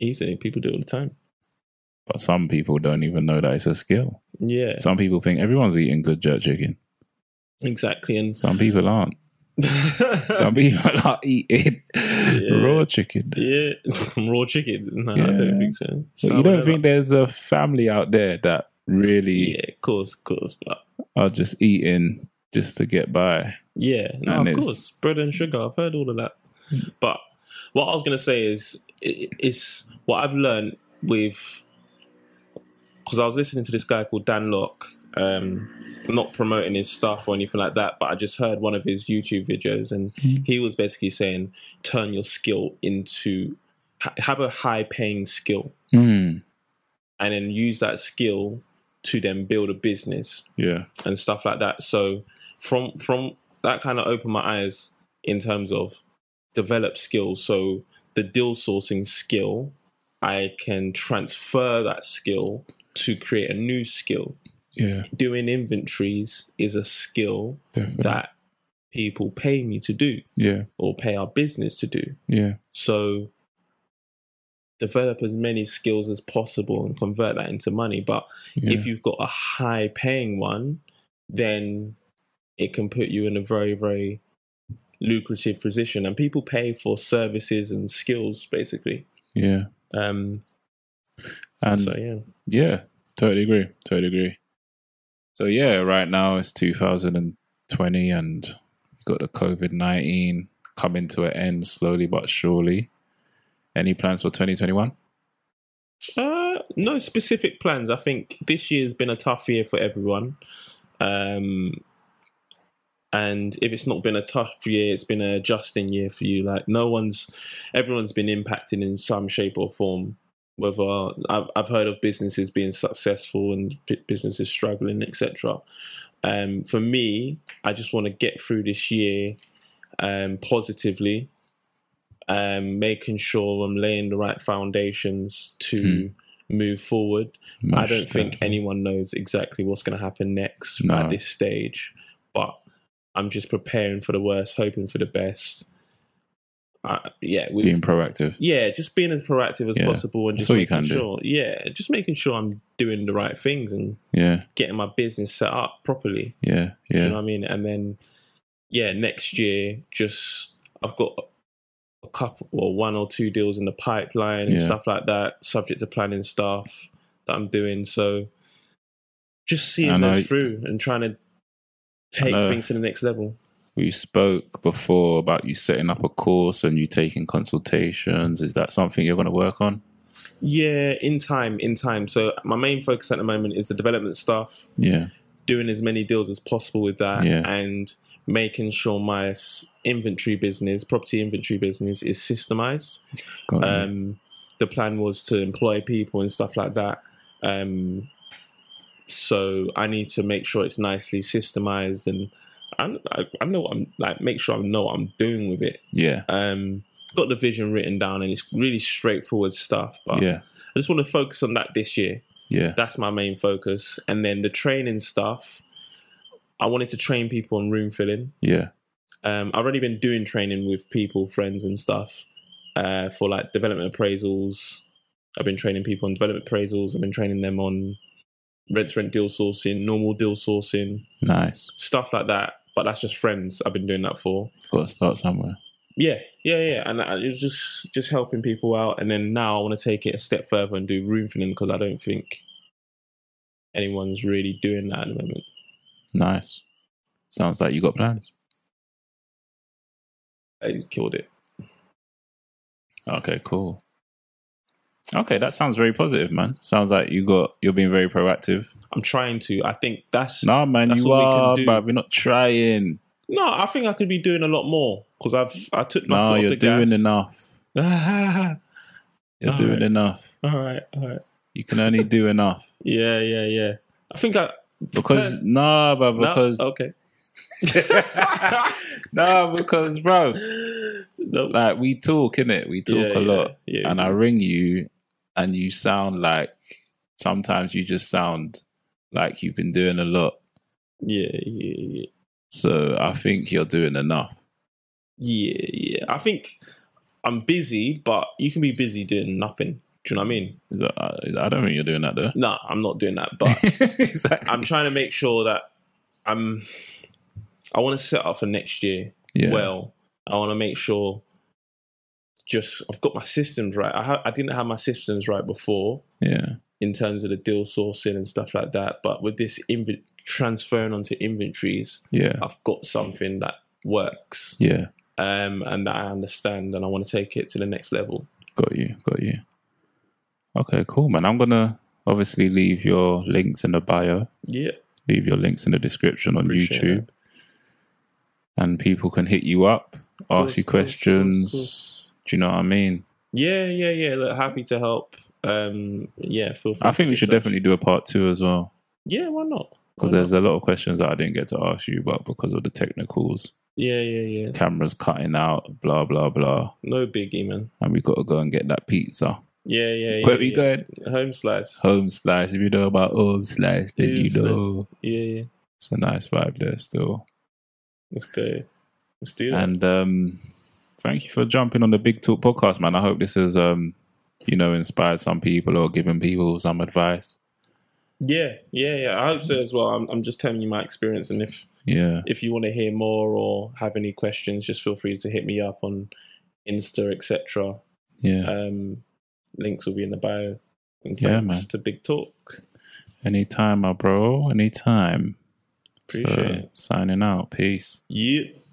Speaker 2: Easily, people do it all the time.
Speaker 1: But some people don't even know that it's a skill.
Speaker 2: Yeah,
Speaker 1: Some people think everyone's eating good jerk chicken.
Speaker 2: exactly. And <laughs>
Speaker 1: Some people aren't. Some people <laughs> are
Speaker 2: <laughs>
Speaker 1: eating raw chicken.
Speaker 2: yeah, <laughs> some raw chicken. No, I
Speaker 1: Yeah.
Speaker 2: don't think so.
Speaker 1: But you don't think there's a family out there that really
Speaker 2: Yeah, of course, of course, but
Speaker 1: are just eating just to get by?
Speaker 2: Yeah, no,
Speaker 1: And
Speaker 2: of
Speaker 1: it's-
Speaker 2: course, bread and sugar. I've heard all of that, but what I was gonna say is, i it's what I've learned with because I was listening to this guy called Dan Locke. Um, I'm not promoting his stuff or anything like that, but I just heard one of his YouTube videos, and
Speaker 1: Hmm.
Speaker 2: he was basically saying, turn your skill into ha- have a high paying skill,
Speaker 1: Mm.
Speaker 2: and then use that skill to then build a business
Speaker 1: Yeah.
Speaker 2: and stuff like that. So from from that kind of opened my eyes in terms of develop skills. So the deal sourcing skill, I can transfer that skill to create a new skill.
Speaker 1: Yeah.
Speaker 2: Doing inventories is a skill
Speaker 1: Definitely.
Speaker 2: that people pay me to do
Speaker 1: Yeah.
Speaker 2: or pay our business to do.
Speaker 1: Yeah.
Speaker 2: So develop as many skills as possible and convert that into money. But
Speaker 1: Yeah.
Speaker 2: if you've got a high paying one, then it can put you in a very, very lucrative position. And people pay for services and skills, basically.
Speaker 1: yeah.
Speaker 2: Um,
Speaker 1: And
Speaker 2: so, yeah.
Speaker 1: Yeah, totally agree. Totally agree. So yeah, right now it's 2020 and you've got the COVID 19 coming to an end slowly but surely. Any plans for 2021?
Speaker 2: Uh, no specific plans. I think this year has been a tough year for everyone. Um, and if it's not been a tough year, it's been a adjusting year for you. Like no one's, everyone's been impacted in some shape or form. Whether I've I've heard of businesses being successful and b- businesses struggling, etc. Um, for me, I just want to get through this year um, positively um, making sure I'm laying the right foundations to
Speaker 1: Hmm.
Speaker 2: move forward. I don't think anyone knows exactly what's going to happen next
Speaker 1: No.
Speaker 2: at this stage, but I'm just preparing for the worst, hoping for the best. Uh, yeah, with,
Speaker 1: being proactive.
Speaker 2: yeah, just being as proactive as
Speaker 1: Yeah,
Speaker 2: possible and
Speaker 1: that's
Speaker 2: just
Speaker 1: all you
Speaker 2: making
Speaker 1: can do.
Speaker 2: sure, yeah, just making sure I'm doing the right things and
Speaker 1: Yeah,
Speaker 2: getting my business set up properly.
Speaker 1: yeah,
Speaker 2: Do you
Speaker 1: yeah,
Speaker 2: know what I mean? And then, yeah, next year, just I've got a couple or one or two deals in the pipeline and
Speaker 1: Yeah.
Speaker 2: stuff like that, subject to planning stuff that I'm doing. So just
Speaker 1: I
Speaker 2: seeing
Speaker 1: know-
Speaker 2: those through and trying to take
Speaker 1: know.
Speaker 2: things to the next level.
Speaker 1: We spoke before about you setting up a course and you taking consultations. Is that something you're going to work on?
Speaker 2: Yeah, in time, in time. So my main focus at the moment is the development stuff.
Speaker 1: Yeah,
Speaker 2: doing as many deals as possible with that
Speaker 1: Yeah.
Speaker 2: and making sure my s- inventory business, property inventory business, is systemized.
Speaker 1: got you.
Speaker 2: Um, the plan was to employ people and stuff like that. Um, so I need to make sure it's nicely systemized and I'm, I, I know what I'm like, make sure I know what I'm doing with it.
Speaker 1: yeah,
Speaker 2: Um, got the vision written down and it's really straightforward stuff, but
Speaker 1: yeah,
Speaker 2: I just want to focus on that this year
Speaker 1: yeah,
Speaker 2: that's my main focus. And then the training stuff, I wanted to train people on room filling.
Speaker 1: yeah,
Speaker 2: Um, I've already been doing training with people, friends, and stuff uh, for like development appraisals. I've been training people on development appraisals. I've been training them on rent to rent deal sourcing, normal deal sourcing,
Speaker 1: nice.
Speaker 2: stuff like that. But that's just friends. I've been doing that for
Speaker 1: Got to start somewhere.
Speaker 2: yeah, yeah, yeah. And I, it was just just helping people out. And then now I want to take it a step further and do room filling because I don't think anyone's really doing that at the moment.
Speaker 1: Nice. Sounds like you got plans.
Speaker 2: I killed it.
Speaker 1: Okay, cool. Okay, that sounds very positive, man. Sounds like you got you're being very proactive.
Speaker 2: I'm trying to. I think that's
Speaker 1: Nah, man,
Speaker 2: That's
Speaker 1: you
Speaker 2: all we can
Speaker 1: are,
Speaker 2: do.
Speaker 1: but we're not trying.
Speaker 2: no. I think I could be doing a lot more because I've I took my
Speaker 1: No,
Speaker 2: foot
Speaker 1: you're
Speaker 2: off the
Speaker 1: doing
Speaker 2: gas.
Speaker 1: enough. You're
Speaker 2: All
Speaker 1: doing
Speaker 2: right.
Speaker 1: enough.
Speaker 2: <laughs> all right, all right.
Speaker 1: You can only do enough
Speaker 2: Yeah, yeah, yeah. I think I
Speaker 1: because nah, but
Speaker 2: no?
Speaker 1: because <laughs>
Speaker 2: okay.
Speaker 1: nah, because bro,
Speaker 2: Nope.
Speaker 1: like we talk in it, we talk
Speaker 2: Yeah,
Speaker 1: a
Speaker 2: yeah,
Speaker 1: lot,
Speaker 2: yeah, we
Speaker 1: and
Speaker 2: do.
Speaker 1: I ring you, and you sound like sometimes you just sound like you've been doing a lot.
Speaker 2: yeah, yeah, yeah.
Speaker 1: So I think you're doing enough.
Speaker 2: Yeah, yeah. I think I'm busy, but you can be busy doing nothing. Do you know what I mean?
Speaker 1: Is that- uh, I I don't think you're doing that though. <laughs>
Speaker 2: Nah, I'm not doing that, but
Speaker 1: exactly.
Speaker 2: I'm trying to make sure that I'm. I want to set up for next year
Speaker 1: yeah.
Speaker 2: well. I want to make sure. Just I've got my systems right. I ha- I didn't have my systems right before
Speaker 1: yeah,
Speaker 2: in terms of the deal sourcing and stuff like that. But with this inv- transferring onto inventories,
Speaker 1: yeah,
Speaker 2: I've got something that works
Speaker 1: yeah.
Speaker 2: um, and that I understand, and I want to take it to the next level.
Speaker 1: Got you, got you. Okay, cool, man. I'm gonna obviously leave your links in the bio,
Speaker 2: Yeah.
Speaker 1: leave your links in the description on
Speaker 2: Appreciate
Speaker 1: YouTube, and people can hit you up, ask
Speaker 2: course,
Speaker 1: you
Speaker 2: of course, of
Speaker 1: questions.
Speaker 2: course.
Speaker 1: Do you know what I mean?
Speaker 2: Yeah, yeah, yeah. Look, happy to help. Um, yeah, feel free
Speaker 1: I think we
Speaker 2: to get
Speaker 1: should
Speaker 2: in touch.
Speaker 1: definitely do a part two as well
Speaker 2: Yeah, why not? Why
Speaker 1: because
Speaker 2: not?
Speaker 1: there's a lot of questions that I didn't get to ask you, but because of the technicals,
Speaker 2: Yeah, yeah, yeah.
Speaker 1: cameras cutting out, blah blah blah,
Speaker 2: No biggie, man.
Speaker 1: and we gotta go and get that pizza.
Speaker 2: Yeah, yeah, yeah.
Speaker 1: Where we
Speaker 2: yeah.
Speaker 1: going?
Speaker 2: Home slice.
Speaker 1: Home slice. If you know about home slice, then
Speaker 2: Home
Speaker 1: you
Speaker 2: Slice.
Speaker 1: know
Speaker 2: Yeah, yeah.
Speaker 1: it's a nice vibe there still.
Speaker 2: Let's go. Let's do that.
Speaker 1: And um, thank you for jumping on the Big Talk podcast, man. I hope this has, um, you know, inspired some people or given people some advice.
Speaker 2: yeah, yeah, yeah. I hope so as well. I'm, I'm just telling you my experience, and if
Speaker 1: Yeah,
Speaker 2: if you want to hear more or have any questions, just feel free to hit me up on Insta, etc.
Speaker 1: yeah.
Speaker 2: Um, links will be in the bio. And
Speaker 1: Yeah,
Speaker 2: thanks
Speaker 1: man.
Speaker 2: to Big Talk.
Speaker 1: Anytime, my bro. Anytime.
Speaker 2: Appreciate it.
Speaker 1: Signing out. Peace.
Speaker 2: Yep.